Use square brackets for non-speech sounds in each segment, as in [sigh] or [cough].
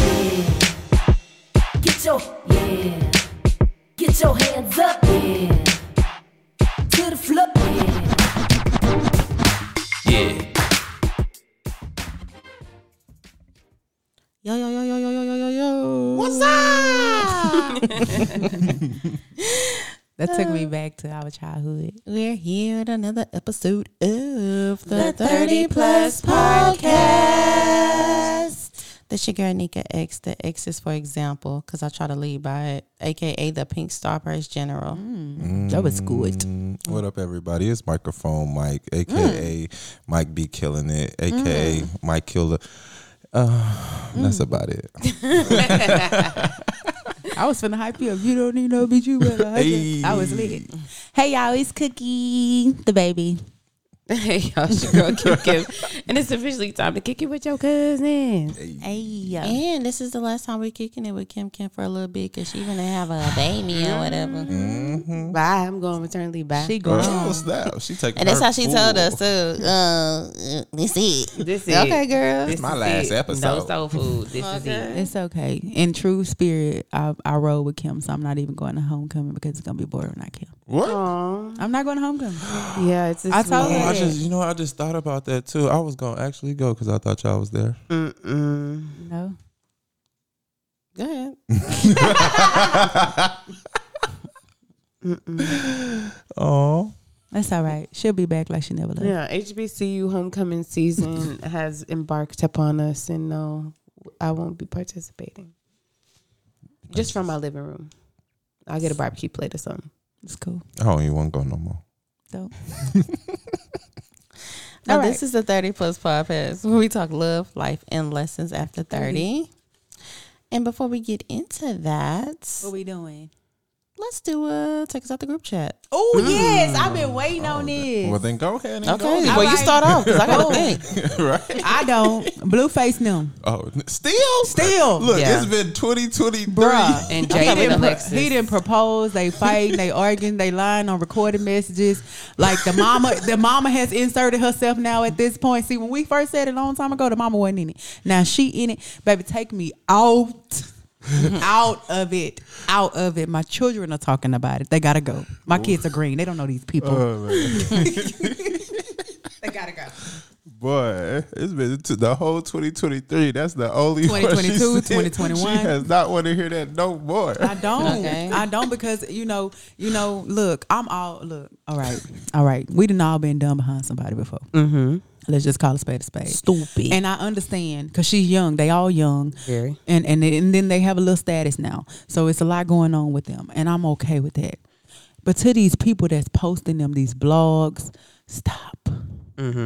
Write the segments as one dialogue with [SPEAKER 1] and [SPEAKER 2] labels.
[SPEAKER 1] yeah. Get your, yeah. Get your hands up, yeah. To the floor, yeah.
[SPEAKER 2] Yeah.
[SPEAKER 3] Yo, yo, yo, yo, yo, yo, yo, yo, yo. What's up? that took me back to our childhood. Uh, We're here at another episode of the, 30 Plus Podcast. That's your girl, Nika X. The X is for example, because I try to lead by it, aka the Pink Star Price General. That was good.
[SPEAKER 4] Mm, What
[SPEAKER 3] Oh.
[SPEAKER 4] up, everybody? It's microphone Mike,
[SPEAKER 3] Mm.
[SPEAKER 4] aka Mike be killing it, aka Mike Killer. Uh,
[SPEAKER 3] Mm.
[SPEAKER 4] That's about it.
[SPEAKER 3] I was finna hype you up. You don't need no bitch. You better hype it. I was lit. Hey, y'all, it's Cookie, the baby.
[SPEAKER 5] Hey y'all, it's your girl Kim Kim, and it's officially time to kick it with your cousins.
[SPEAKER 3] Hey, and this is the last time we're kicking it with Kim Kim for a little bit because she gonna have a baby or whatever.
[SPEAKER 5] Bye, I'm going maternity. Bye.
[SPEAKER 3] She
[SPEAKER 4] Mm-hmm. Girl,
[SPEAKER 3] grown.
[SPEAKER 4] she was snap. She taking
[SPEAKER 3] and that's
[SPEAKER 4] her
[SPEAKER 3] how she told
[SPEAKER 4] full.
[SPEAKER 3] us too. Uh, this it.
[SPEAKER 5] This is
[SPEAKER 3] Okay, girl.
[SPEAKER 5] This
[SPEAKER 4] My
[SPEAKER 5] is
[SPEAKER 4] last
[SPEAKER 5] it. No
[SPEAKER 4] episode.
[SPEAKER 5] soul food. This is it.
[SPEAKER 3] It's okay. In true spirit, I, I roll with Kim, so I'm not even going to homecoming because it's gonna be boring when I kill.
[SPEAKER 4] What?
[SPEAKER 5] Aww.
[SPEAKER 3] I'm not going to homecoming.
[SPEAKER 5] Yeah, it's.
[SPEAKER 3] I told
[SPEAKER 4] Oh,
[SPEAKER 3] her.
[SPEAKER 4] I just, you know, I just thought about that too. I was gonna actually go because I thought y'all was there.
[SPEAKER 5] Mm-mm.
[SPEAKER 3] No.
[SPEAKER 5] Go ahead.
[SPEAKER 4] Oh,
[SPEAKER 3] That's all right. She'll be back like she never left.
[SPEAKER 5] Yeah, HBCU homecoming
[SPEAKER 3] [laughs]
[SPEAKER 5] season has embarked upon us, and no, I won't be participating. Just from my living room, I'll get a barbecue plate or something.
[SPEAKER 3] It's cool.
[SPEAKER 4] I don't even want to go no more.
[SPEAKER 5] [laughs]
[SPEAKER 3] Dope.
[SPEAKER 5] All
[SPEAKER 3] Now,
[SPEAKER 5] right.
[SPEAKER 3] This is the 30 Plus Podcast where we talk love, life, and lessons after 30. And before we get into that,
[SPEAKER 6] we doing?
[SPEAKER 3] let's do a take us out the group chat. Mm.
[SPEAKER 6] Oh yes, I've been waiting on this.
[SPEAKER 4] Oh, Well, then go ahead and
[SPEAKER 3] Okay,
[SPEAKER 4] go.
[SPEAKER 3] well, you start off because I
[SPEAKER 6] Oh.
[SPEAKER 3] got to
[SPEAKER 4] [laughs]
[SPEAKER 3] think.
[SPEAKER 4] right?
[SPEAKER 6] I don't. Blueface them.
[SPEAKER 4] Oh, still,
[SPEAKER 6] Still.
[SPEAKER 4] Look,
[SPEAKER 5] Yeah.
[SPEAKER 4] it's been twenty twenty
[SPEAKER 6] Bruh.
[SPEAKER 4] three.
[SPEAKER 5] And
[SPEAKER 6] He
[SPEAKER 5] Jaden
[SPEAKER 6] didn't, pro-
[SPEAKER 5] Alexis.
[SPEAKER 6] he didn't propose. They fighting. They arguing. They lying on recorded messages. Like the mama, the mama has inserted herself now at this point. See, when we first said it a long time ago, the mama wasn't in it. Now she in it. Baby, take me
[SPEAKER 5] [laughs]
[SPEAKER 6] out, out of it, out of it. My children are talking about it. They gotta go. My kids are green. They don't know these people.
[SPEAKER 5] Oh,
[SPEAKER 6] [laughs]
[SPEAKER 5] [laughs]
[SPEAKER 6] they gotta go.
[SPEAKER 4] Boy, it's been t- the whole 2023. That's the only one she
[SPEAKER 6] 2022,
[SPEAKER 4] said
[SPEAKER 6] 2021.
[SPEAKER 4] She has not want to hear that no more.
[SPEAKER 6] I don't.
[SPEAKER 3] Okay.
[SPEAKER 6] I don't because you know, you know. Look, I'm all look. All right, all right. We done all been done behind somebody before. Mm-hmm. Let's just call a spade a spade.
[SPEAKER 3] Stupid.
[SPEAKER 6] And I understand because she's young. They all young.
[SPEAKER 5] Very.
[SPEAKER 6] And and and then they have a little status now, so it's a lot going on with them, and I'm okay with that. But to these people that's posting them these blogs, stop,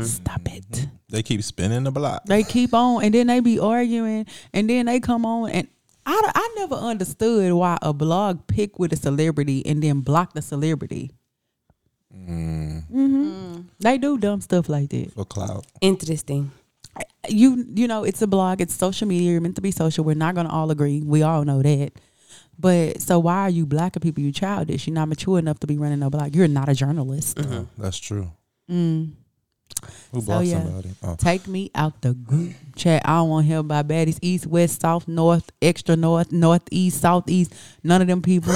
[SPEAKER 6] stop it.
[SPEAKER 4] They keep spinning the block.
[SPEAKER 6] They keep on, and then they be arguing, and then they come on, and I, I never understood why a blog pick with a celebrity and then block the celebrity. hmm They do dumb stuff like that.
[SPEAKER 4] For clout.
[SPEAKER 5] Interesting.
[SPEAKER 6] You you know, it's a blog, it's social media, you're meant to be social. We're not gonna all agree. We all know that. But so why are you blocking people? You childish. You're not mature enough to be running a blog. You're not a journalist.
[SPEAKER 4] Uh, That's true.
[SPEAKER 6] Mm. So,
[SPEAKER 4] Who blocked
[SPEAKER 6] yeah.
[SPEAKER 4] somebody? Oh.
[SPEAKER 6] Take me out the group chat. I don't want to hear about baddies east, west, south, north, extra north, northeast, southeast. None of them
[SPEAKER 4] [laughs]
[SPEAKER 6] people.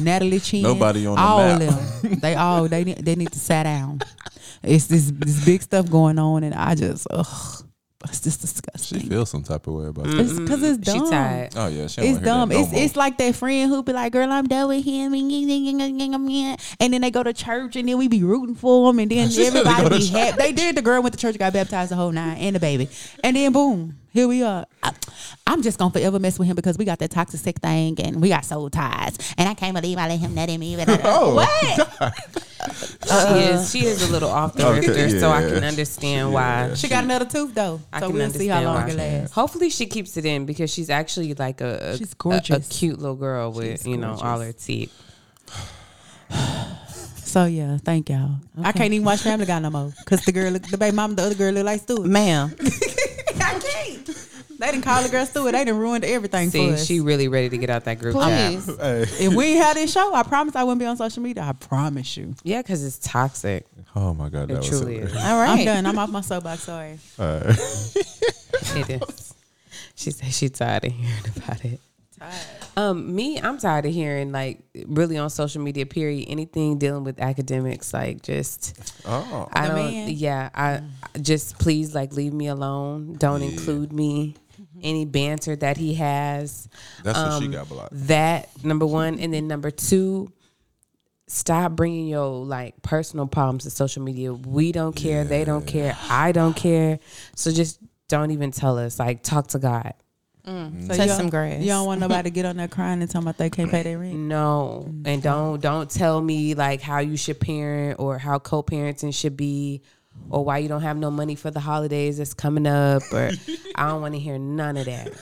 [SPEAKER 6] Natalie Chin.
[SPEAKER 4] Nobody on the
[SPEAKER 6] all
[SPEAKER 4] map.
[SPEAKER 6] of them. They all they need, they need to sit down. It's this this big stuff going on, and I just ugh, it's just
[SPEAKER 4] She
[SPEAKER 6] disgusting.
[SPEAKER 4] feels some type of way about it.
[SPEAKER 6] It's because it's dumb.
[SPEAKER 5] She tired.
[SPEAKER 4] Oh yeah, she
[SPEAKER 6] Mm. It's
[SPEAKER 4] don't wanna hear that
[SPEAKER 6] dumb.
[SPEAKER 4] no
[SPEAKER 6] it's
[SPEAKER 4] more.
[SPEAKER 6] it's like that friend who be like, "Girl, I'm done with him," and then they go to church, and then we be rooting for him, and then
[SPEAKER 4] She said [laughs] they
[SPEAKER 6] everybody
[SPEAKER 4] go to
[SPEAKER 6] be happy. They did. The girl went to church, got baptized, the whole nine, and the baby, and then boom, here we are. I, am just gonna forever mess with him because we got that toxic sick thing, and we got soul ties, and I can't believe I let him nut in me.
[SPEAKER 4] [laughs] Oh.
[SPEAKER 6] what? Uh-uh.
[SPEAKER 5] she is she is a little off the
[SPEAKER 4] Okay,
[SPEAKER 5] rifter, so I
[SPEAKER 4] yeah.
[SPEAKER 5] can understand why.
[SPEAKER 6] She got another tooth though,
[SPEAKER 5] I
[SPEAKER 6] so
[SPEAKER 5] can
[SPEAKER 6] we'll see how
[SPEAKER 5] understand
[SPEAKER 6] long
[SPEAKER 5] why.
[SPEAKER 6] it lasts.
[SPEAKER 5] Hopefully she keeps it in because she's actually like a, a
[SPEAKER 6] She's
[SPEAKER 5] a- a,
[SPEAKER 6] gorgeous.
[SPEAKER 5] cute little girl with
[SPEAKER 6] She's
[SPEAKER 5] you know all her teeth.
[SPEAKER 6] So yeah, thank y'all. I can't even watch Family Guy no more because the girl, look- the baby mama, the other girl look like Stuart.
[SPEAKER 3] Ma'am,
[SPEAKER 6] [laughs] I can't. They didn't call the girl Stewart. They didn't ruined everything for
[SPEAKER 5] See,
[SPEAKER 6] us.
[SPEAKER 5] she really ready to get out that group chat.
[SPEAKER 3] please.
[SPEAKER 6] if we ain't had this show, I promise I wouldn't be on social media. I promise you.
[SPEAKER 5] Yeah, because it's toxic.
[SPEAKER 4] Oh my god, that
[SPEAKER 5] It
[SPEAKER 4] was
[SPEAKER 5] truly
[SPEAKER 4] hilarious.
[SPEAKER 5] is.
[SPEAKER 3] All right.
[SPEAKER 6] I'm done. I'm off my soapbox. Sorry.
[SPEAKER 4] All right.
[SPEAKER 5] It is. She said she tired of hearing about it. Um, me, I'm tired of hearing like really on social media. Period. Anything dealing with academics, like just
[SPEAKER 4] Oh,
[SPEAKER 5] I
[SPEAKER 6] The
[SPEAKER 5] don't.
[SPEAKER 6] man.
[SPEAKER 5] Yeah, I I- just please like leave me alone. Don't include me.
[SPEAKER 6] Mm-hmm.
[SPEAKER 5] Any banter that he has.
[SPEAKER 4] that's what she
[SPEAKER 5] Um,
[SPEAKER 4] got blocked.
[SPEAKER 5] That number one, and then number two, stop bringing your like personal problems to social media. We don't care. They don't care. I don't care. So just don't even tell us. Like talk to God.
[SPEAKER 6] So
[SPEAKER 3] Touch
[SPEAKER 6] you-
[SPEAKER 3] some grass.
[SPEAKER 6] You don't want nobody to get on there crying and talking about they can't pay their rent.
[SPEAKER 5] No, and don't don't tell me like how you should parent or how co-parenting should be, or why you don't have no money for the holidays that's coming up. Or I don't want to hear none of that.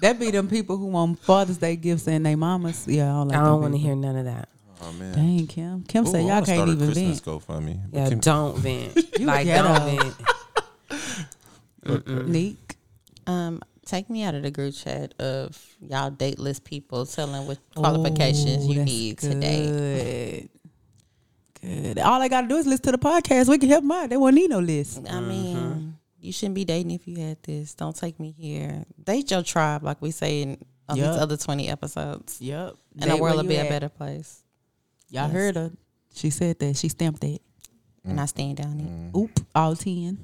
[SPEAKER 6] That be them people who want Father's Day gifts and they mamas. Yeah, I don't like
[SPEAKER 5] I
[SPEAKER 6] them
[SPEAKER 5] don't want to
[SPEAKER 6] people.
[SPEAKER 5] hear none of that.
[SPEAKER 4] Oh man.
[SPEAKER 6] Dang, Kim. Kim
[SPEAKER 4] Ooh,
[SPEAKER 6] said
[SPEAKER 4] I'ma
[SPEAKER 6] y'all
[SPEAKER 4] start
[SPEAKER 6] can't
[SPEAKER 4] a
[SPEAKER 6] even
[SPEAKER 4] Christmas
[SPEAKER 6] vent.
[SPEAKER 4] GoFundMe.
[SPEAKER 5] Yeah,
[SPEAKER 4] Can-
[SPEAKER 5] don't vent. like
[SPEAKER 6] ghetto.
[SPEAKER 5] don't vent.
[SPEAKER 6] Neek.
[SPEAKER 3] Um, take me out of the group chat of y'all dateless people telling what qualifications you
[SPEAKER 6] Ooh, that's
[SPEAKER 3] need today.
[SPEAKER 6] Good. Good. All I gotta do is listen to the podcast. We can help them out. They won't need no list.
[SPEAKER 3] I mean, you shouldn't be dating if you had this. Don't take me here. Date your tribe, like we say in on
[SPEAKER 6] Yup.
[SPEAKER 3] these other twenty episodes,
[SPEAKER 6] Yep.
[SPEAKER 3] and the world will be a better place.
[SPEAKER 6] Y'all
[SPEAKER 3] Yes.
[SPEAKER 6] heard her. She said that. She stamped that.
[SPEAKER 3] And I stand down here.
[SPEAKER 6] Oop. All ten.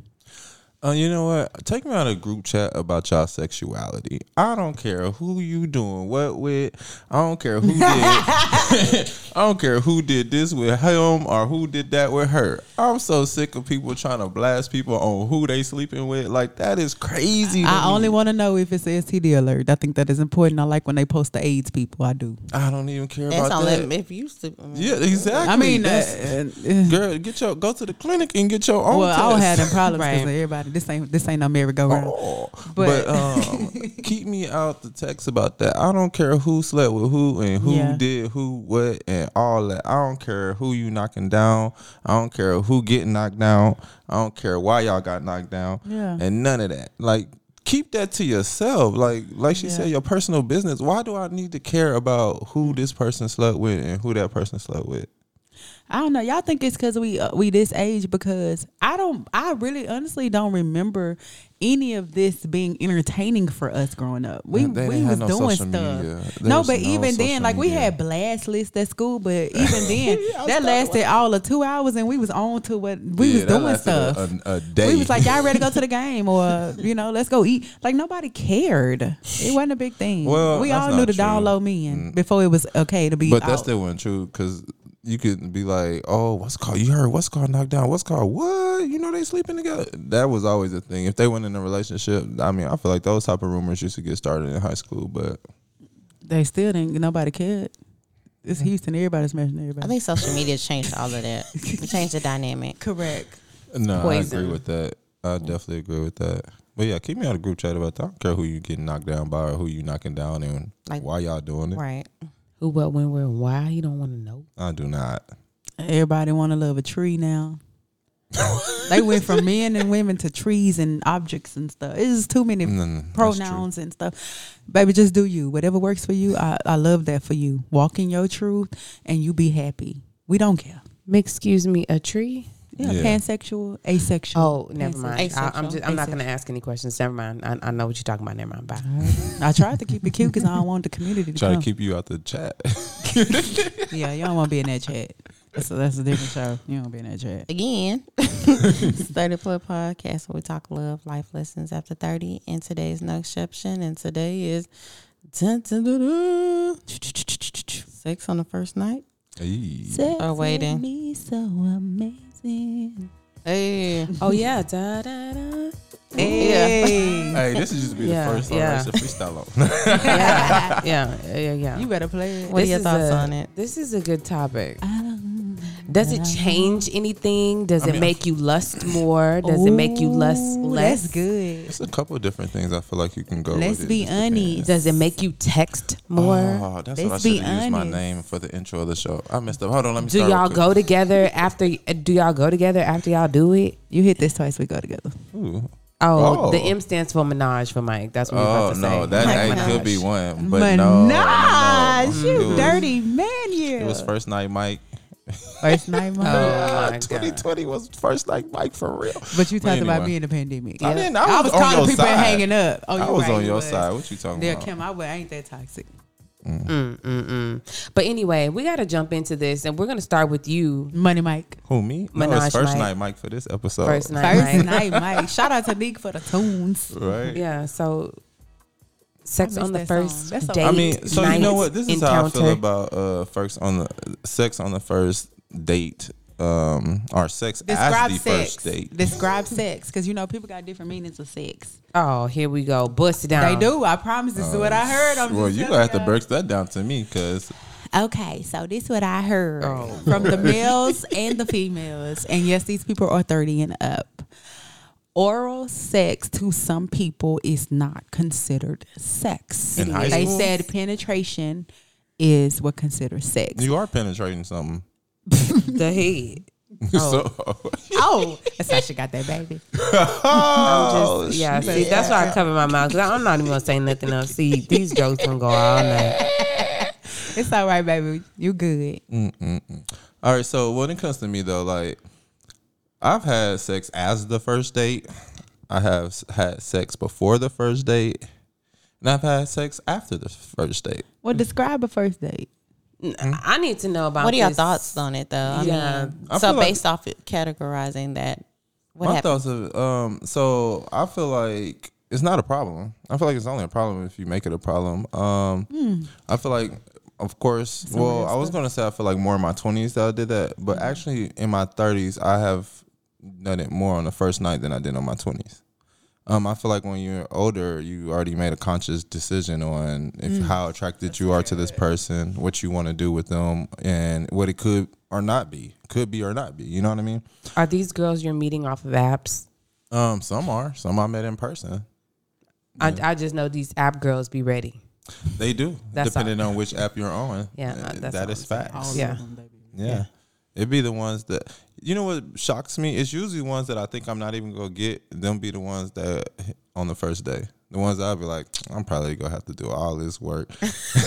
[SPEAKER 4] Uh, you know what? Take me on a group chat about y'all sexuality. I don't care who you doing what with. I don't care who did. [laughs] I don't care who did this with him or who did that with her. I'm so sick of people trying to blast people on who they sleeping with. Like that is crazy. to
[SPEAKER 6] I
[SPEAKER 4] me.
[SPEAKER 6] only want to know if it's a STD alert. I think that is important. I like when they post the AIDS people. I do.
[SPEAKER 4] I don't even care
[SPEAKER 3] That's
[SPEAKER 4] about
[SPEAKER 3] only
[SPEAKER 4] that.
[SPEAKER 3] if you sleep.
[SPEAKER 4] Yeah, exactly.
[SPEAKER 6] I mean,
[SPEAKER 4] That's-
[SPEAKER 6] uh, uh,
[SPEAKER 4] girl, get your go to the clinic and get your own.
[SPEAKER 6] well, I [laughs]
[SPEAKER 4] test.
[SPEAKER 6] don't have them problems because
[SPEAKER 5] Right.
[SPEAKER 6] everybody. This ain't this ain't no merry-go-round.
[SPEAKER 4] Oh,
[SPEAKER 6] But-
[SPEAKER 4] but, um,
[SPEAKER 6] [laughs]
[SPEAKER 4] keep me out the text about that. I don't care who slept with who and who
[SPEAKER 6] Yeah.
[SPEAKER 4] did who what and all that. I don't care who you knocking down. I don't care who getting knocked down. I don't care why y'all got knocked down.
[SPEAKER 6] Yeah.
[SPEAKER 4] and none of that. Like keep that to yourself. Like like she
[SPEAKER 6] Yeah.
[SPEAKER 4] said, your personal business. Why do I need to care about who this person slept with and who that person slept with?
[SPEAKER 6] I don't know. Y'all think it's because we uh, we this age because I don't. I really honestly don't remember any of this being entertaining for us growing up. We
[SPEAKER 4] They
[SPEAKER 6] we
[SPEAKER 4] didn't
[SPEAKER 6] was
[SPEAKER 4] have no
[SPEAKER 6] doing
[SPEAKER 4] social
[SPEAKER 6] stuff.
[SPEAKER 4] media. There
[SPEAKER 6] No,
[SPEAKER 4] was
[SPEAKER 6] but
[SPEAKER 4] no
[SPEAKER 6] even then,
[SPEAKER 4] social
[SPEAKER 6] like we
[SPEAKER 4] media.
[SPEAKER 6] had blast lists at school, but
[SPEAKER 4] [laughs]
[SPEAKER 6] even then, that lasted all of two hours, and we was on to what we
[SPEAKER 4] Yeah,
[SPEAKER 6] was
[SPEAKER 4] that
[SPEAKER 6] doing
[SPEAKER 4] lasted
[SPEAKER 6] stuff.
[SPEAKER 4] a- A, a day.
[SPEAKER 6] We was like, y'all ready to go
[SPEAKER 4] [laughs]
[SPEAKER 6] to the game, or you know, let's go eat. Like nobody cared. It wasn't a big thing.
[SPEAKER 4] Well,
[SPEAKER 6] we
[SPEAKER 4] that's
[SPEAKER 6] all knew
[SPEAKER 4] not
[SPEAKER 6] to
[SPEAKER 4] true.
[SPEAKER 6] download men before it was okay to be.
[SPEAKER 4] But that's
[SPEAKER 6] out.
[SPEAKER 4] still wasn't true because you could be like, oh, what's called? You heard what's called knocked down? What's called what? You know they sleeping together. That was always a thing. If they went in a relationship, I mean, I feel like those type of rumors used to get started in high school. But
[SPEAKER 6] They still didn't. Nobody cared. It's Houston. Everybody's smashing everybody.
[SPEAKER 3] I think social media changed all of that. It changed the
[SPEAKER 6] [laughs]
[SPEAKER 3] dynamic.
[SPEAKER 6] correct.
[SPEAKER 4] no,
[SPEAKER 5] Poison.
[SPEAKER 4] I agree with that. I definitely agree with that. But yeah, keep me out of group chat about that. I don't care who you getting knocked down by or who you knocking down and
[SPEAKER 3] Like-
[SPEAKER 4] why y'all doing it.
[SPEAKER 3] Right.
[SPEAKER 5] Who, what, when, where, and why? You don't want to know.
[SPEAKER 4] I do not.
[SPEAKER 6] Everybody want to love a tree now. they went [laughs] from men and women to trees and objects and stuff. It's just too many
[SPEAKER 4] No, no, Mm, that's true.
[SPEAKER 6] pronouns and stuff. Baby, just do you. Whatever works for you, I, I love that for you. Walk in your truth and you be happy. We don't care.
[SPEAKER 5] Excuse me, a tree?
[SPEAKER 6] Yeah,
[SPEAKER 4] Yeah.
[SPEAKER 6] pansexual, asexual.
[SPEAKER 5] Oh, never mind. I, I'm
[SPEAKER 3] Asexual.
[SPEAKER 5] just. I'm not gonna ask any questions. Never mind. I, I know what you're talking about. Never mind. Bye.
[SPEAKER 6] I tried to keep it cute because I don't want the community to
[SPEAKER 4] Try to
[SPEAKER 6] come.
[SPEAKER 4] keep you out the chat. [laughs]
[SPEAKER 6] yeah, you don't want to be in that chat. That's a, that's a different show. You don't want to be in that chat.
[SPEAKER 3] Again, [laughs] it's 30 Plus Podcast, where we talk love, life lessons after 30. And today is no exception. And today is dun, dun, dun, dun. sex on the first night.
[SPEAKER 4] Hey.
[SPEAKER 3] Or waiting.
[SPEAKER 6] made Me so amazing.
[SPEAKER 3] Hey.
[SPEAKER 5] Oh yeah. Da, da, da. [laughs]
[SPEAKER 6] Hey.
[SPEAKER 4] Hey, this should just be
[SPEAKER 5] Yeah,
[SPEAKER 4] the first song
[SPEAKER 5] yeah.
[SPEAKER 4] I used to freestyle on.
[SPEAKER 5] Yeah. yeah. Yeah. Yeah.
[SPEAKER 6] you better play it.
[SPEAKER 3] What are your
[SPEAKER 5] is
[SPEAKER 3] thoughts
[SPEAKER 5] a-
[SPEAKER 3] on it?
[SPEAKER 5] This is a good topic. Does it change anything? Does
[SPEAKER 4] I
[SPEAKER 5] it
[SPEAKER 4] mean,
[SPEAKER 5] make you lust more? Does it make you lust
[SPEAKER 6] Ooh,
[SPEAKER 5] less?
[SPEAKER 6] That's good.
[SPEAKER 4] It's a couple of different things I feel like you can go.
[SPEAKER 6] Let's
[SPEAKER 4] with it.
[SPEAKER 6] be
[SPEAKER 4] It just depends.
[SPEAKER 6] honest.
[SPEAKER 5] Does it make you text more?
[SPEAKER 4] Oh, that's
[SPEAKER 6] Let's
[SPEAKER 4] what I
[SPEAKER 6] be
[SPEAKER 4] should have used my
[SPEAKER 6] honest.
[SPEAKER 4] name for the intro of the show. I messed up. Hold on, let me.
[SPEAKER 5] do
[SPEAKER 4] start
[SPEAKER 5] y'all
[SPEAKER 4] real
[SPEAKER 5] go together after? Do y'all go together after y'all do it?
[SPEAKER 6] You hit this twice, we go together.
[SPEAKER 4] quick. Ooh.
[SPEAKER 5] Oh,
[SPEAKER 4] Oh.
[SPEAKER 5] the M stands for Minaj for Mike. That's what we
[SPEAKER 4] Oh
[SPEAKER 5] about to
[SPEAKER 4] no,
[SPEAKER 5] say.
[SPEAKER 4] that
[SPEAKER 5] Like
[SPEAKER 4] ain't could be
[SPEAKER 5] Minaj.
[SPEAKER 4] one, but no,
[SPEAKER 6] Minaj,
[SPEAKER 4] no.
[SPEAKER 6] you
[SPEAKER 4] It was-
[SPEAKER 6] dirty man, you.
[SPEAKER 4] It was first night, Mike,
[SPEAKER 5] [laughs]
[SPEAKER 6] First night,
[SPEAKER 5] Oh
[SPEAKER 6] mama.
[SPEAKER 4] [laughs]
[SPEAKER 5] my god.
[SPEAKER 4] 2020 was first like Mike for real.
[SPEAKER 6] But you
[SPEAKER 4] But
[SPEAKER 6] talked about
[SPEAKER 4] anyway.
[SPEAKER 6] me in the pandemic.
[SPEAKER 4] I didn't. I was, on
[SPEAKER 6] calling
[SPEAKER 4] your
[SPEAKER 6] people
[SPEAKER 4] side.
[SPEAKER 6] and hanging up. Oh,
[SPEAKER 4] I
[SPEAKER 6] you
[SPEAKER 4] was
[SPEAKER 6] right,
[SPEAKER 4] on
[SPEAKER 6] you
[SPEAKER 4] your
[SPEAKER 6] was.
[SPEAKER 4] side. What you talking
[SPEAKER 6] Yeah,
[SPEAKER 4] about?
[SPEAKER 6] Kim, I wa- I ain't that toxic.
[SPEAKER 5] But anyway, we got to jump into this, and we're gonna start with you
[SPEAKER 6] Money, Mike.
[SPEAKER 4] Who me? No,
[SPEAKER 5] Minaj
[SPEAKER 4] it's first
[SPEAKER 5] Mike.
[SPEAKER 4] night Mike for this episode.
[SPEAKER 5] first night.
[SPEAKER 6] First
[SPEAKER 5] right?
[SPEAKER 6] night, Mike. Shout out to Nick for the tunes.
[SPEAKER 4] right?
[SPEAKER 5] Yeah. So, sex
[SPEAKER 6] I miss
[SPEAKER 5] on the
[SPEAKER 6] that song.
[SPEAKER 5] first
[SPEAKER 6] That's a-
[SPEAKER 5] date.
[SPEAKER 4] I mean, so you know
[SPEAKER 5] night,
[SPEAKER 4] what? This is how I
[SPEAKER 5] encounter.
[SPEAKER 4] feel about uh first on the sex on the first date. Um, or sex
[SPEAKER 6] Describe
[SPEAKER 4] as the
[SPEAKER 6] sex.
[SPEAKER 4] first date.
[SPEAKER 6] Describe sex, because you know people got different meanings of sex.
[SPEAKER 5] Oh, here we go. Bust it down.
[SPEAKER 6] They do. I promise. This is what I heard. I'm
[SPEAKER 4] [laughs] Um, uh, well,
[SPEAKER 6] just
[SPEAKER 4] you
[SPEAKER 6] telling
[SPEAKER 4] gonna have to
[SPEAKER 6] y'all.
[SPEAKER 4] break that down to me because
[SPEAKER 6] Okay, so this what I heard
[SPEAKER 5] Oh,
[SPEAKER 6] from the males and the females, and yes, these people are thirty and up. Oral sex to some people is not considered sex.
[SPEAKER 4] In high
[SPEAKER 6] they
[SPEAKER 4] school?
[SPEAKER 6] said penetration is what considers sex.
[SPEAKER 4] you are penetrating something. [laughs]
[SPEAKER 5] The head.
[SPEAKER 4] so,
[SPEAKER 6] oh, that's how she got that baby.
[SPEAKER 4] oh,
[SPEAKER 5] Just- yeah, see, that's why I cover my mouth. 'cause I'm not even gonna say nothing else. See, these jokes gonna go all night.
[SPEAKER 6] It's all right, baby. You good?
[SPEAKER 4] All right, so when it comes to me though, like I've had sex as the first date, I have s- had sex before the first date, and I've had sex after the first date.
[SPEAKER 6] Well, describe a first date.
[SPEAKER 5] I need to know about.
[SPEAKER 3] What are your
[SPEAKER 5] this.
[SPEAKER 3] thoughts on it, though? I
[SPEAKER 5] Yeah.
[SPEAKER 3] mean,
[SPEAKER 4] I
[SPEAKER 3] so
[SPEAKER 4] feel like-
[SPEAKER 3] based off it, categorizing that, what
[SPEAKER 4] My
[SPEAKER 3] happened?
[SPEAKER 4] thoughts of um, so I feel like it's not a problem. I feel like it's only a problem if you make it a problem. Um,
[SPEAKER 3] Hmm.
[SPEAKER 4] I feel like, of course, well, I was gonna say I feel like more in my twenties that I did that, but
[SPEAKER 3] Hmm.
[SPEAKER 4] actually in my thirties I have done it more on the first night than I did on my twenties. Um, I feel like when you're older, you already made a conscious decision on if
[SPEAKER 3] Hmm.
[SPEAKER 4] how attracted you are to this person, what you want to do with them, and what it could or not be, could be or not be. You know what I mean?
[SPEAKER 5] Are these girls you're meeting off of apps?
[SPEAKER 4] Um, some are. Some I met in person.
[SPEAKER 5] I, I just know these app girls be ready.
[SPEAKER 4] They do,
[SPEAKER 5] [laughs] That's
[SPEAKER 4] depending on which app you're on.
[SPEAKER 5] Yeah,
[SPEAKER 4] Uh,
[SPEAKER 5] that's
[SPEAKER 4] that
[SPEAKER 5] all
[SPEAKER 4] is
[SPEAKER 5] I'm saying.
[SPEAKER 4] facts.
[SPEAKER 5] Yeah.
[SPEAKER 4] Yeah. It'd be the ones that you know what shocks me. It's usually ones that I think I'm not even gonna get. Them be the ones that on the first day. The ones that I'll be like, I'm probably gonna have to do all this work, [laughs]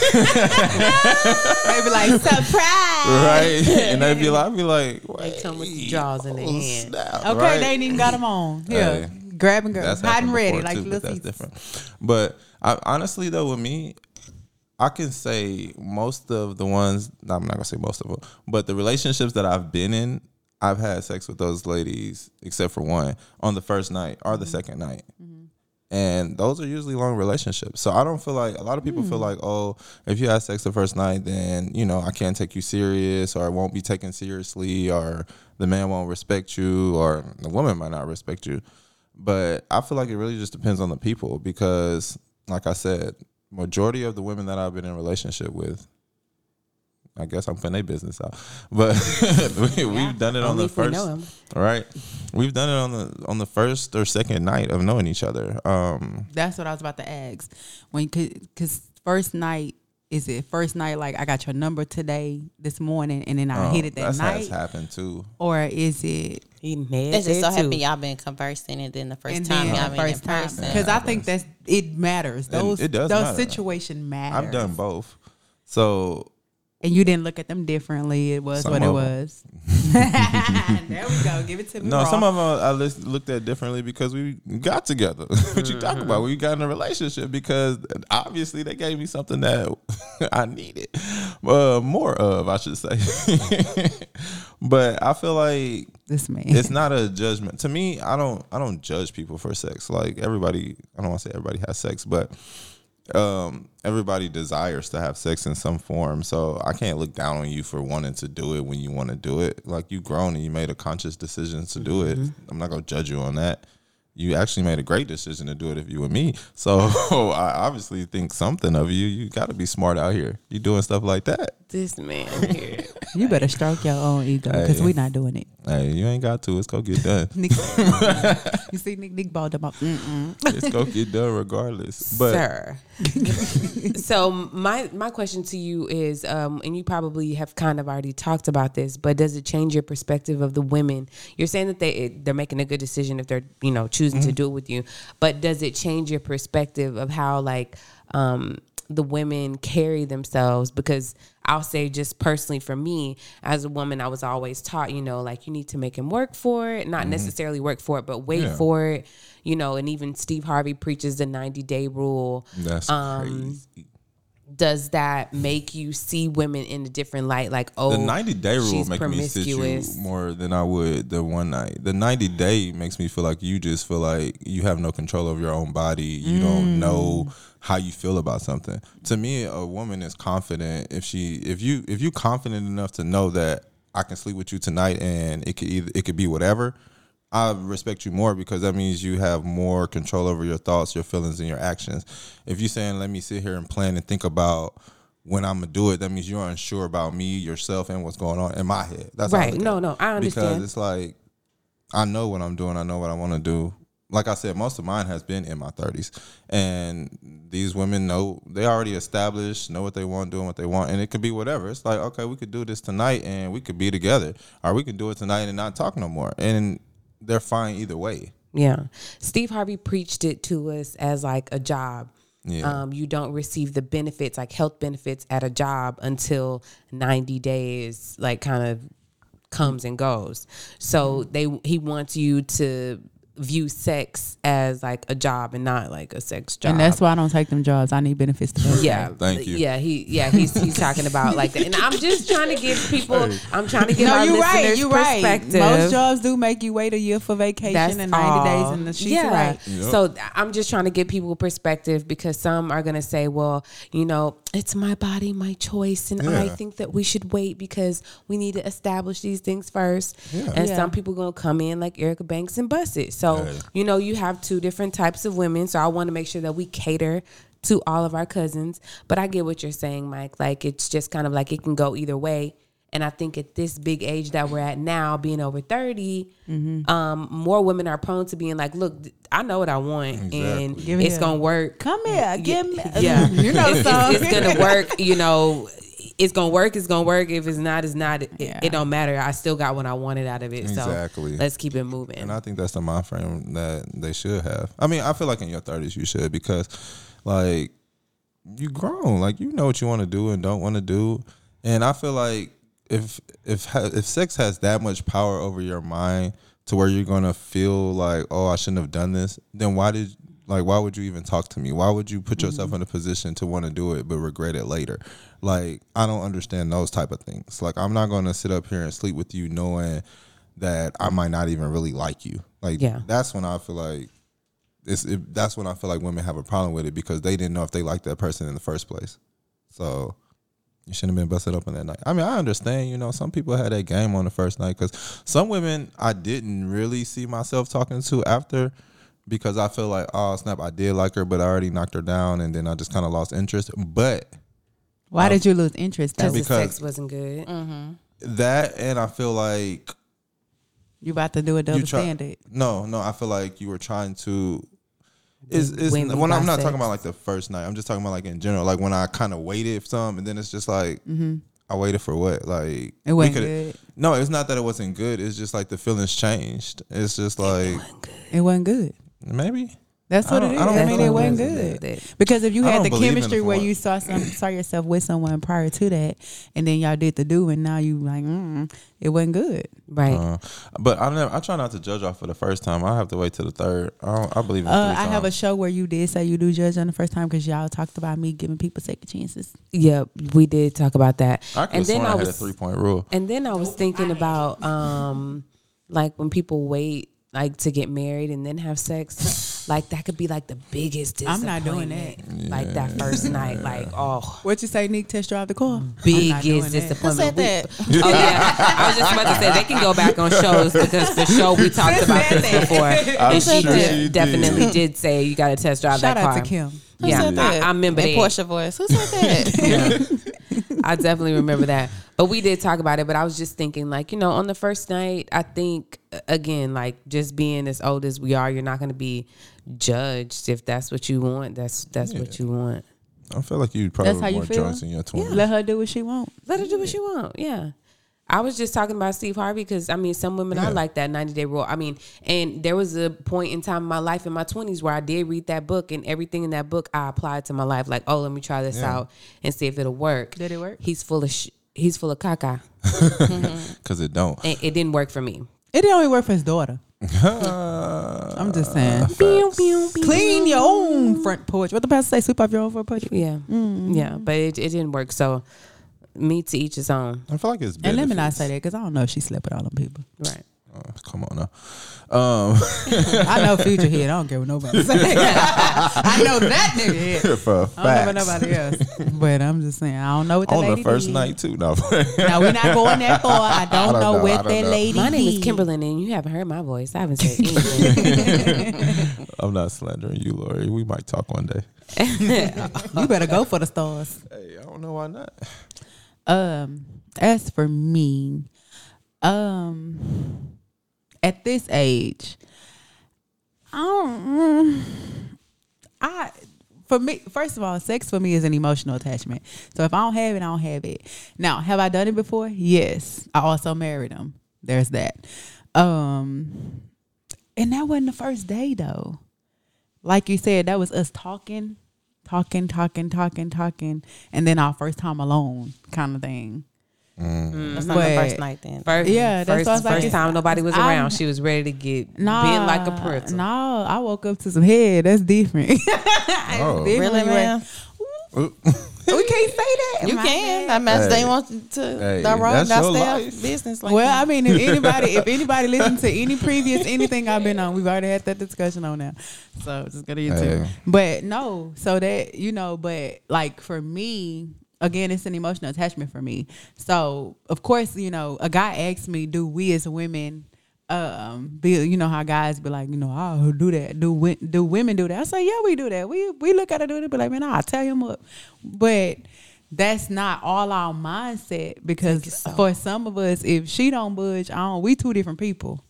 [SPEAKER 6] Baby, like
[SPEAKER 4] [laughs]
[SPEAKER 5] [laughs]
[SPEAKER 6] surprise.
[SPEAKER 4] right? and they be like, I be like,
[SPEAKER 5] They come with the
[SPEAKER 4] "Wait,
[SPEAKER 5] jaws in their
[SPEAKER 4] oh,
[SPEAKER 5] hand.
[SPEAKER 4] snap,"
[SPEAKER 6] Okay,
[SPEAKER 4] right?
[SPEAKER 6] they ain't even got them on. Yeah,
[SPEAKER 4] Hey.
[SPEAKER 6] grab and go, hide
[SPEAKER 4] happened
[SPEAKER 6] and ready,
[SPEAKER 4] before,
[SPEAKER 6] like
[SPEAKER 4] too, but
[SPEAKER 6] little
[SPEAKER 4] that's
[SPEAKER 6] seats.
[SPEAKER 4] different. But I, honestly, though, with me, I can say most of the ones. no, I'm not gonna say most of them, but the relationships that I've been in, I've had sex with those ladies, except for one on the first night or
[SPEAKER 6] Mm-hmm.
[SPEAKER 4] the second night. And those are usually long relationships. So I don't feel like a lot of people feel
[SPEAKER 6] Hmm.
[SPEAKER 4] like, oh, if you had sex the first night, then, you know, I can't take you serious or I won't be taken seriously or the man won't respect you or the woman might not respect you. But I feel like it really just depends on the people because, like I said, majority of the women that I've been in relationship with, I guess I'm putting their business out, [laughs] but we, we've done it on
[SPEAKER 5] Only
[SPEAKER 4] the
[SPEAKER 5] if we
[SPEAKER 4] first.
[SPEAKER 5] know 'em.
[SPEAKER 4] All right, we've done it on the on the first or second night of knowing each other. Um,
[SPEAKER 6] That's what I was about to ask. When because first night is it first night? Like I got your number today, this morning, and then I
[SPEAKER 4] um,
[SPEAKER 6] hit it that
[SPEAKER 4] that's how it's
[SPEAKER 6] night,
[SPEAKER 4] happened too.
[SPEAKER 6] or is it
[SPEAKER 5] He mad
[SPEAKER 3] It's just so
[SPEAKER 5] there, too.
[SPEAKER 3] happy y'all been conversing, and then the first
[SPEAKER 6] and
[SPEAKER 3] time
[SPEAKER 6] then
[SPEAKER 3] y'all
[SPEAKER 6] the
[SPEAKER 3] been in
[SPEAKER 6] first time?
[SPEAKER 3] person.
[SPEAKER 6] Because I think that's it matters. Those
[SPEAKER 4] it does
[SPEAKER 6] those
[SPEAKER 4] matter.
[SPEAKER 6] situation matter.
[SPEAKER 4] I've done both, so
[SPEAKER 6] and you didn't look at them differently. It was
[SPEAKER 4] Some
[SPEAKER 6] what it
[SPEAKER 4] of 'em. [laughs]
[SPEAKER 6] was. there we go. Give it to me.
[SPEAKER 4] no.
[SPEAKER 6] raw.
[SPEAKER 4] Some of them I lis- looked at differently because we got together. [laughs] what you talking
[SPEAKER 6] Mm-hmm.
[SPEAKER 4] about? We got in a relationship because obviously they gave me something that [laughs] I needed, uh, more of, I should say. [laughs] but I feel like
[SPEAKER 6] this man.
[SPEAKER 4] it's not a judgment to me i don't i don't judge people for sex like everybody i don't want to say everybody has sex but um everybody desires to have sex in some form so i can't look down on you for wanting to do it when you want to do it like you grown and you made a conscious decision to do it i'm not gonna judge you on that you actually made a great decision to do it if you were me [laughs] so i obviously think something of you you gotta be smart out here you doing stuff like that
[SPEAKER 5] This man here.
[SPEAKER 6] [laughs] you better stroke your own ego because
[SPEAKER 4] Hey.
[SPEAKER 6] we're not doing
[SPEAKER 4] [laughs]
[SPEAKER 6] it.
[SPEAKER 4] hey you ain't got to it's gonna get done
[SPEAKER 6] Nick, you see, Nick, Nick balled them up. Mm-mm.
[SPEAKER 4] it's gonna get done regardless [laughs] but
[SPEAKER 5] sir. [laughs] so my my question to you is, um, and you probably have kind of already talked about this, but does it change your perspective of the women? You're saying that they they're making a good decision if they're you
[SPEAKER 4] Mm-hmm.
[SPEAKER 5] know choosing to do it with you, but does it change your perspective of how like um, the women carry themselves because I'll say just personally for me as a woman I was always taught you know like you need to make him work for it not necessarily work for it but wait
[SPEAKER 4] Mm-hmm. Yeah.
[SPEAKER 5] for it you know and even Steve Harvey preaches the 90 day rule
[SPEAKER 4] That's
[SPEAKER 5] Um,
[SPEAKER 4] crazy.
[SPEAKER 5] does that make you see women in a different light like oh
[SPEAKER 4] The ninety day rule
[SPEAKER 5] she's
[SPEAKER 4] makes me sit you
[SPEAKER 5] promiscuous.
[SPEAKER 4] more than I would the one night. The ninety day makes me feel like you just feel like you have no control over your own body. You
[SPEAKER 5] Mm.
[SPEAKER 4] don't know how you feel about something. To me, a woman is confident if she if you if you confident enough to know that I can sleep with you tonight and it could either it could be whatever. I respect you more because that means you have more control over your thoughts, your feelings, and your actions. If you're saying, let me sit here and plan and think about when I'm gonna do it, that means you're unsure about me, yourself, and what's going on in my head. That's how I
[SPEAKER 5] Right.
[SPEAKER 4] look at
[SPEAKER 5] No,
[SPEAKER 4] it.
[SPEAKER 5] no, I
[SPEAKER 4] Because
[SPEAKER 5] understand.
[SPEAKER 4] it's like I know what I'm doing. I know what I want to do. Like I said, most of mine has been in my 30s, and these women know they already established, know what they want, doing what they want, and it could be whatever. It's like, okay, we could do this tonight, and we could be together, or we could do it tonight and not talk no more, and they're fine either way.
[SPEAKER 5] Yeah. Steve Harvey preached it to us as like a job.
[SPEAKER 4] Yeah.
[SPEAKER 5] Um, you don't receive the benefits, like health benefits at a job until 90 days, like kind of comes and goes. So they he wants you to view sex as like a job and not like a sex job.
[SPEAKER 6] And that's why I don't take them jobs. I need benefits to pay.
[SPEAKER 5] yeah.
[SPEAKER 4] Thank you.
[SPEAKER 5] Yeah, he yeah, he's he's talking about like that. And I'm just trying to give people I'm trying to give
[SPEAKER 6] No,
[SPEAKER 5] our
[SPEAKER 6] you're right.
[SPEAKER 5] listeners
[SPEAKER 6] You're right.
[SPEAKER 5] perspective.
[SPEAKER 6] Most jobs do make you wait a year for vacation and 90 days, and the she's
[SPEAKER 5] yeah.
[SPEAKER 6] right.
[SPEAKER 4] Yep.
[SPEAKER 5] So th- I'm just trying to give people perspective because some are gonna say, well, you know, it's my body, my choice, and I
[SPEAKER 4] Yeah.
[SPEAKER 5] think that we should wait because we need to establish these things first.
[SPEAKER 4] Yeah.
[SPEAKER 5] And
[SPEAKER 6] Yeah.
[SPEAKER 5] some people gonna come in like Erica Banks and bust it. So
[SPEAKER 4] Hey.
[SPEAKER 5] you know, you have two different types of women. So I want to make sure that we cater to all of our cousins. But I get what you're saying, Mike. Like it's just kind of like it can go either way. And I think at this big age that we're at now, being over 30,
[SPEAKER 6] Mm-hmm.
[SPEAKER 5] um, more women are prone to being like, look, th- I know what I want and
[SPEAKER 4] Exactly.
[SPEAKER 6] Give it
[SPEAKER 5] it's
[SPEAKER 6] up.
[SPEAKER 5] going to work.
[SPEAKER 6] Come here, give me. [laughs]
[SPEAKER 5] Yeah.
[SPEAKER 6] you know,
[SPEAKER 5] it's,
[SPEAKER 6] so [laughs]
[SPEAKER 5] it's, it's gonna work. You know, it's gonna work. It's gonna work. If it's not, it's not. It,
[SPEAKER 6] Yeah.
[SPEAKER 5] it don't matter. I still got what I wanted out of it.
[SPEAKER 4] Exactly.
[SPEAKER 5] So let's keep it moving.
[SPEAKER 4] And I think that's the mind frame that they should have. I mean, I feel like in your thirties you should because, like, you grown, like you know what you want to do and don't want to do, and I feel like if if ha- if sex has that much power over your mind to where you're gonna feel like, oh, I shouldn't have done this, then why did like why would you even talk to me? Why would you put yourself in a position to want to do it but regret it later? Like I don't understand those type of things. Like I'm not gonna sit up here and sleep with you knowing that I might not even really like you. Like
[SPEAKER 5] Yeah.
[SPEAKER 4] that's when I feel like it's it, that's when I feel like women have a problem with it because they didn't know if they liked that person in the first place. So you shouldn't have been busted open that night. I mean, I understand, you know, some people had that game on the first night because some women I didn't really see myself talking to after because I feel like, oh snap, I did like her, but I already knocked her down and then I just kind of lost interest. But
[SPEAKER 6] Why did you lose interest? Though?
[SPEAKER 5] because the
[SPEAKER 4] because-
[SPEAKER 5] sex wasn't good.
[SPEAKER 4] that, and I feel like
[SPEAKER 6] You about to do a double
[SPEAKER 4] you try-
[SPEAKER 6] standard.
[SPEAKER 4] No, no, I feel like you were trying to. Is is
[SPEAKER 5] When
[SPEAKER 4] when,
[SPEAKER 5] we
[SPEAKER 4] I'm not
[SPEAKER 5] bisect.
[SPEAKER 4] talking about like the first night. I'm just talking about like in general. Like when I kind of waited some, and then it's just like I waited for what? Like
[SPEAKER 6] Mm-hmm. It
[SPEAKER 4] we
[SPEAKER 6] wasn't
[SPEAKER 4] could.
[SPEAKER 6] good.
[SPEAKER 4] No, it's not that it wasn't good. It's just like the feelings changed. It's just like
[SPEAKER 6] It wasn't good.
[SPEAKER 4] maybe.
[SPEAKER 6] That's
[SPEAKER 4] I
[SPEAKER 6] what it
[SPEAKER 4] don't-
[SPEAKER 6] is.
[SPEAKER 4] I don't
[SPEAKER 6] I mean,
[SPEAKER 4] believe
[SPEAKER 6] it
[SPEAKER 4] it
[SPEAKER 6] wasn't good.
[SPEAKER 4] wasn't
[SPEAKER 5] good.
[SPEAKER 6] Because if you
[SPEAKER 4] I
[SPEAKER 6] had
[SPEAKER 4] don't
[SPEAKER 6] the
[SPEAKER 4] believe in
[SPEAKER 6] chemistry
[SPEAKER 4] it
[SPEAKER 6] where
[SPEAKER 4] for
[SPEAKER 6] you
[SPEAKER 4] what-
[SPEAKER 6] saw some saw yourself with someone prior to that, and then y'all did the do, and now you like, mm, it wasn't good.
[SPEAKER 5] Right.
[SPEAKER 4] Uh, but I never. I try not to judge off for the first time. I have to wait till the third. I, don't, I believe. In
[SPEAKER 6] Uh,
[SPEAKER 4] three
[SPEAKER 6] I have a
[SPEAKER 4] times.
[SPEAKER 6] show where you did say you do judge on the first time because y'all talked about me giving people second chances.
[SPEAKER 5] Yep, we did talk about that.
[SPEAKER 4] I could
[SPEAKER 5] and
[SPEAKER 4] have
[SPEAKER 5] then
[SPEAKER 4] sworn I,
[SPEAKER 5] I
[SPEAKER 4] had a
[SPEAKER 5] was
[SPEAKER 4] three point rule.
[SPEAKER 5] and then I was thinking about um like when people wait like to get married and then have sex, like that could be like the biggest
[SPEAKER 6] I'm not doing that.
[SPEAKER 5] disappointment, Like that first night, like oh
[SPEAKER 6] What you say, Nick? Test drive the car.
[SPEAKER 4] Mm.
[SPEAKER 5] biggest
[SPEAKER 3] Who
[SPEAKER 5] disappointment.
[SPEAKER 3] said
[SPEAKER 5] We-
[SPEAKER 3] that?
[SPEAKER 5] Oh yeah, I was just about to say they can go back on shows because for sure we talked about this before, and she,
[SPEAKER 4] sure
[SPEAKER 5] did-
[SPEAKER 4] she did.
[SPEAKER 5] definitely did say you got to test drive
[SPEAKER 6] Shout
[SPEAKER 5] that
[SPEAKER 6] out
[SPEAKER 5] car.
[SPEAKER 6] to Kim.
[SPEAKER 3] Who
[SPEAKER 5] Yeah,
[SPEAKER 3] said that?
[SPEAKER 5] I, I remember
[SPEAKER 3] In
[SPEAKER 5] that.
[SPEAKER 3] Portia voice. Who said that?
[SPEAKER 5] I definitely remember that. But we did talk about it. But I was just thinking, like, you know, on the first night, I think, uh, again, like, just being as old as we are, you're not going to be judged. If that's what you want, that's that's what you want.
[SPEAKER 4] I feel like you probably
[SPEAKER 6] how you
[SPEAKER 4] more
[SPEAKER 6] feel?
[SPEAKER 4] joints in your twenties.
[SPEAKER 6] Let her do what she want.
[SPEAKER 5] Let her do what she want. Yeah. I was just talking about Steve Harvey because I mean, some women I
[SPEAKER 4] Yeah.
[SPEAKER 5] like that 90 day rule. I mean, and there was a point in time in my life in my 20s where I did read that book, and everything in that book I applied to my life. Like, oh, let me try this out and see if it'll work.
[SPEAKER 6] Did it work?
[SPEAKER 5] He's full of sh- he's full of caca,
[SPEAKER 4] Cause it don't.
[SPEAKER 5] and it didn't work for
[SPEAKER 6] [sighs]
[SPEAKER 5] me.
[SPEAKER 6] It didn't only work for his daughter.
[SPEAKER 4] Uh,
[SPEAKER 6] [laughs] I'm just
[SPEAKER 4] [laughs]
[SPEAKER 6] saying.
[SPEAKER 5] Pew, pew, pew.
[SPEAKER 6] Clean your own front porch. What the pastor say? Sweep off your own front porch.
[SPEAKER 5] Yeah,
[SPEAKER 6] Mm-hmm.
[SPEAKER 5] yeah, but it, it didn't work. So, me to each his own.
[SPEAKER 4] I feel like it's.
[SPEAKER 6] And let me not
[SPEAKER 4] benefits.
[SPEAKER 6] say that because I don't know if she slept with all them people.
[SPEAKER 5] Right.
[SPEAKER 4] Uh, come on now. Um, [laughs]
[SPEAKER 6] I know future head. I don't care what nobody say. [laughs] I know that nigga head.
[SPEAKER 4] for
[SPEAKER 6] I don't know about
[SPEAKER 4] facts.
[SPEAKER 6] nobody else. But I'm just saying, I don't know what that
[SPEAKER 4] On
[SPEAKER 6] lady
[SPEAKER 4] the first
[SPEAKER 6] did.
[SPEAKER 4] night too. No. [laughs]
[SPEAKER 6] Now we're not going that far. I don't,
[SPEAKER 4] I don't
[SPEAKER 6] know
[SPEAKER 4] know. I
[SPEAKER 6] what
[SPEAKER 4] don't
[SPEAKER 6] that
[SPEAKER 4] know.
[SPEAKER 6] lady
[SPEAKER 5] My name is
[SPEAKER 6] did.
[SPEAKER 5] Kimberly, and you haven't heard my voice. I haven't said
[SPEAKER 6] [laughs]
[SPEAKER 5] anything.
[SPEAKER 4] I'm not slandering you, Lori. We might talk one day.
[SPEAKER 6] You better go for the stars.
[SPEAKER 4] Hey, I don't know why not.
[SPEAKER 6] Um, as for me, um, at this age, I don't. mm, I for me, first of all, sex for me is an emotional attachment. So if I don't have it, I don't have it. Now, have I done it before? Yes. I also married him. There's that. Um, and that wasn't the first day though. Like you said, that was us talking, talking, talking, talking, talking, and then our first time alone kind of thing.
[SPEAKER 3] That's not the
[SPEAKER 6] But-
[SPEAKER 3] first night then.
[SPEAKER 5] First,
[SPEAKER 6] Yeah, that's
[SPEAKER 5] first,
[SPEAKER 6] what I was like,
[SPEAKER 5] first
[SPEAKER 6] it's-
[SPEAKER 5] time nobody was
[SPEAKER 6] I'm-
[SPEAKER 5] around, she was ready to get
[SPEAKER 6] Nah,
[SPEAKER 5] bent like a pretzel.
[SPEAKER 6] Nah, I woke up to some head. That's different. [laughs]
[SPEAKER 4] Oh.
[SPEAKER 6] Different,
[SPEAKER 3] Really,
[SPEAKER 6] like,
[SPEAKER 3] man?
[SPEAKER 6] We can't say that.
[SPEAKER 3] You
[SPEAKER 6] My
[SPEAKER 3] can.
[SPEAKER 6] bad.
[SPEAKER 3] I mean,
[SPEAKER 4] Hey.
[SPEAKER 3] they want to.
[SPEAKER 4] Hey,
[SPEAKER 3] the wrong,
[SPEAKER 4] that's your
[SPEAKER 3] that's their
[SPEAKER 4] life.
[SPEAKER 3] business. Like
[SPEAKER 6] Well,
[SPEAKER 3] that.
[SPEAKER 6] I mean, if anybody, if anybody listened to any previous anything I've been on, we've already had that discussion on now. So just go to YouTube.
[SPEAKER 4] Hey.
[SPEAKER 6] But no, so that you know, but like for me, again, it's an emotional attachment for me. So of course, you know, a guy asked me, "Do we as women?" Um, be you know how guys be like, you know, oh, do that? Do we, do women do that? I say, yeah, we do that. We we look at it, do it, but like, man, I'll tell him up. But that's not all our mindset because for some of us, if she don't budge, I don't. We two different people.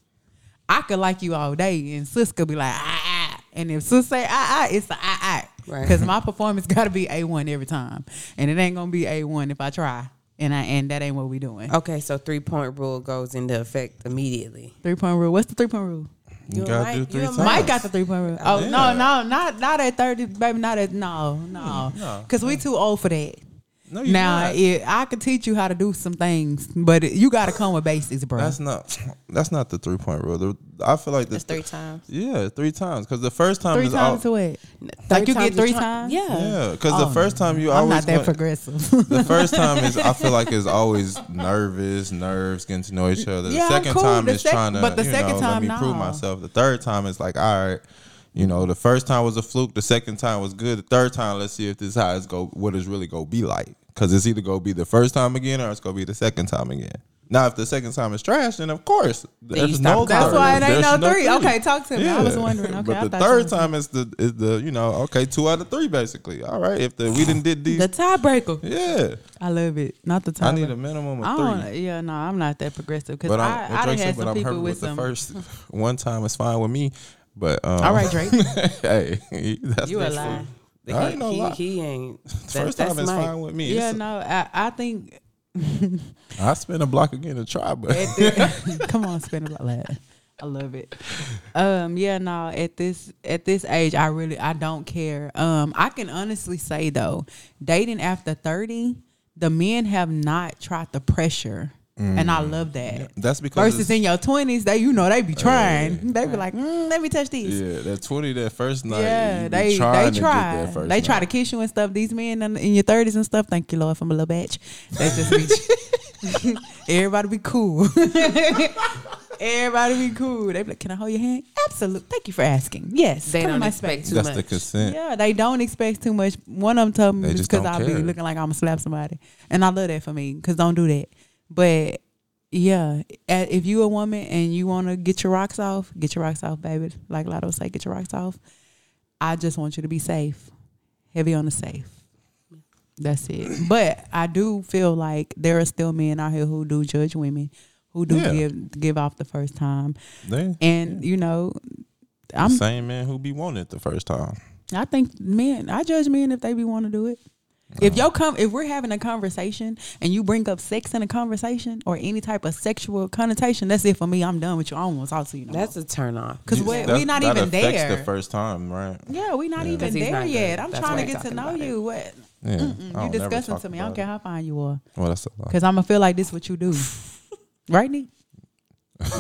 [SPEAKER 6] I could like you all day, and sis could be like, ah, ah. And if sis say, ah, ah, it's the ah, ah.
[SPEAKER 5] Right. [laughs]
[SPEAKER 6] Because my performance got to be A1 every time. And it ain't going to be A1 if I try. And I and that ain't what we doing.
[SPEAKER 5] Okay, so three point rule goes into effect immediately.
[SPEAKER 6] Three point rule. What's the three point rule?
[SPEAKER 4] [laughs] You gotta do
[SPEAKER 5] might-
[SPEAKER 4] three
[SPEAKER 5] you
[SPEAKER 4] times.
[SPEAKER 6] Mike got the three point rule. Oh, no,
[SPEAKER 4] Yeah.
[SPEAKER 6] no, not not at 30, baby, not at, no, no.
[SPEAKER 4] no.
[SPEAKER 6] Because we too old for that.
[SPEAKER 4] No, you
[SPEAKER 6] Now,
[SPEAKER 4] not.
[SPEAKER 6] it, I could teach you how to do some things, but it, you got to come with basics, bro.
[SPEAKER 4] That's not. That's not the three point rule. The, I feel like the
[SPEAKER 3] it's three times.
[SPEAKER 4] Yeah, three times. Because the first time
[SPEAKER 6] three
[SPEAKER 4] is
[SPEAKER 6] times
[SPEAKER 4] all.
[SPEAKER 6] to what?
[SPEAKER 5] Third
[SPEAKER 6] Like you get
[SPEAKER 5] time's the
[SPEAKER 6] three
[SPEAKER 5] charm.
[SPEAKER 6] times?
[SPEAKER 5] Yeah.
[SPEAKER 4] Yeah, because
[SPEAKER 6] Oh,
[SPEAKER 4] the first time you
[SPEAKER 6] I'm
[SPEAKER 4] always
[SPEAKER 6] not that
[SPEAKER 4] want-
[SPEAKER 6] progressive. [laughs]
[SPEAKER 4] The first time is I feel like it's always nervous, nerves, getting to know each other.
[SPEAKER 6] Yeah, I'm
[SPEAKER 4] the second
[SPEAKER 6] cool.
[SPEAKER 4] time
[SPEAKER 6] The
[SPEAKER 4] is
[SPEAKER 6] sec-
[SPEAKER 4] trying to,
[SPEAKER 6] but the
[SPEAKER 4] you
[SPEAKER 6] second
[SPEAKER 4] know,
[SPEAKER 6] time,
[SPEAKER 4] let me prove
[SPEAKER 6] nah.
[SPEAKER 4] myself. The third time is like, all right, you know, the first time was a fluke. The second time was good. The third time, let's see if this is how it's go. What it's really gonna be like? Because it's either gonna be the first time again or it's gonna be the second time again. Now, if the second time is trash, then of course
[SPEAKER 5] you
[SPEAKER 4] there's
[SPEAKER 5] stop
[SPEAKER 4] no.
[SPEAKER 5] calling.
[SPEAKER 6] That's
[SPEAKER 4] third.
[SPEAKER 6] why it ain't
[SPEAKER 4] There's
[SPEAKER 6] no three. Okay, talk to me. I was wondering. Okay, I
[SPEAKER 4] but the
[SPEAKER 6] thought you
[SPEAKER 4] third
[SPEAKER 6] was-
[SPEAKER 4] time is the is the you know okay two out of three basically. All right, if the we didn't did these,
[SPEAKER 5] The tiebreaker.
[SPEAKER 4] yeah,
[SPEAKER 6] I love it. Not the time.
[SPEAKER 4] I need a minimum
[SPEAKER 6] I
[SPEAKER 4] of three.
[SPEAKER 6] don't, yeah, no, I'm not that progressive because
[SPEAKER 4] But I'm,
[SPEAKER 6] I,
[SPEAKER 4] what
[SPEAKER 6] I done
[SPEAKER 4] Drake said,
[SPEAKER 6] had
[SPEAKER 4] but
[SPEAKER 6] some
[SPEAKER 4] I'm
[SPEAKER 6] people
[SPEAKER 4] hurt
[SPEAKER 6] with
[SPEAKER 4] the
[SPEAKER 6] some.
[SPEAKER 4] first [laughs] one time is fine with me. But um,
[SPEAKER 6] All right, Drake.
[SPEAKER 4] [laughs] hey, that's
[SPEAKER 5] You a
[SPEAKER 4] that's-
[SPEAKER 5] lie. He,
[SPEAKER 4] I ain't no
[SPEAKER 5] he,
[SPEAKER 4] lie.
[SPEAKER 5] he ain't. That,
[SPEAKER 4] First
[SPEAKER 5] that's
[SPEAKER 4] time is
[SPEAKER 5] Mike.
[SPEAKER 4] fine with me.
[SPEAKER 6] yeah,
[SPEAKER 4] It's-
[SPEAKER 6] no, I, I think. [laughs]
[SPEAKER 4] I spent a block again to try, but
[SPEAKER 6] At the, come on, spin about that. I love it. Um, yeah, no, at this at this age, I really I don't care. Um, I can honestly say though, dating after thirty, the men have not tried the pressure, and I love that.
[SPEAKER 4] [laughs] Mm. that's because
[SPEAKER 6] Versus in
[SPEAKER 4] it's-
[SPEAKER 6] your twenties, they you know they be trying. they be like, mm, let me touch these.
[SPEAKER 4] yeah, that twenty that first night.
[SPEAKER 6] Yeah,
[SPEAKER 4] you
[SPEAKER 6] they they
[SPEAKER 4] trying to get
[SPEAKER 6] try.
[SPEAKER 4] that first
[SPEAKER 6] They try
[SPEAKER 4] night.
[SPEAKER 6] to kiss you and stuff. These men in, in your thirties and stuff. Thank you, Lord, for my little batch. That's just me.
[SPEAKER 4] [laughs]
[SPEAKER 6] Everybody be cool. [laughs] Everybody be cool. They be like, "Can I hold your hand?" Absolutely. Thank you for asking. Yes,
[SPEAKER 5] They
[SPEAKER 6] come in
[SPEAKER 5] don't
[SPEAKER 6] my
[SPEAKER 5] expect
[SPEAKER 6] space.
[SPEAKER 5] too
[SPEAKER 4] That's
[SPEAKER 5] much.
[SPEAKER 4] the consent.
[SPEAKER 6] Yeah, they don't expect too much. One of them told me
[SPEAKER 4] They
[SPEAKER 6] just
[SPEAKER 4] just
[SPEAKER 6] because
[SPEAKER 4] don't
[SPEAKER 6] I
[SPEAKER 4] care.
[SPEAKER 6] be looking like I'm gonna slap somebody, and I love that for me because don't do that. But yeah, a- if you a woman and you want to get your rocks off, get your rocks off, baby. Like Lotto say, get your rocks off. I just want you to be safe, heavy on the safe. That's it. But I do feel like there are still men out here who do judge women, who do
[SPEAKER 4] Yeah.
[SPEAKER 6] give give off the first time,
[SPEAKER 4] They
[SPEAKER 6] and you know,
[SPEAKER 4] the
[SPEAKER 6] I'm
[SPEAKER 4] same man who be wanted the first time.
[SPEAKER 6] I think men, I judge men if they be want to do it. If
[SPEAKER 4] Uh-huh.
[SPEAKER 6] you come, if we're having a conversation and you bring up sex in a conversation or any type of sexual connotation, that's it for me. I'm done with you. I don't want to talk to you. No
[SPEAKER 5] That's a turn off.
[SPEAKER 6] because
[SPEAKER 4] You-
[SPEAKER 6] we're,
[SPEAKER 4] that-
[SPEAKER 6] we not
[SPEAKER 4] that
[SPEAKER 6] even
[SPEAKER 4] affects
[SPEAKER 6] there.
[SPEAKER 4] the first time, right?
[SPEAKER 6] yeah, we're not even
[SPEAKER 5] 'Cause he's
[SPEAKER 6] there
[SPEAKER 5] not good.
[SPEAKER 6] yet. I'm
[SPEAKER 5] That's
[SPEAKER 6] trying
[SPEAKER 5] why
[SPEAKER 6] to
[SPEAKER 5] he's
[SPEAKER 6] get
[SPEAKER 5] talking
[SPEAKER 6] to know
[SPEAKER 5] about it.
[SPEAKER 6] you. What
[SPEAKER 4] Yeah,
[SPEAKER 6] you disgusting to me? I don't care how fine you are,
[SPEAKER 4] Well, that's a lie.
[SPEAKER 6] because I'm gonna feel like this what you
[SPEAKER 4] [laughs]
[SPEAKER 6] do, right, Nee?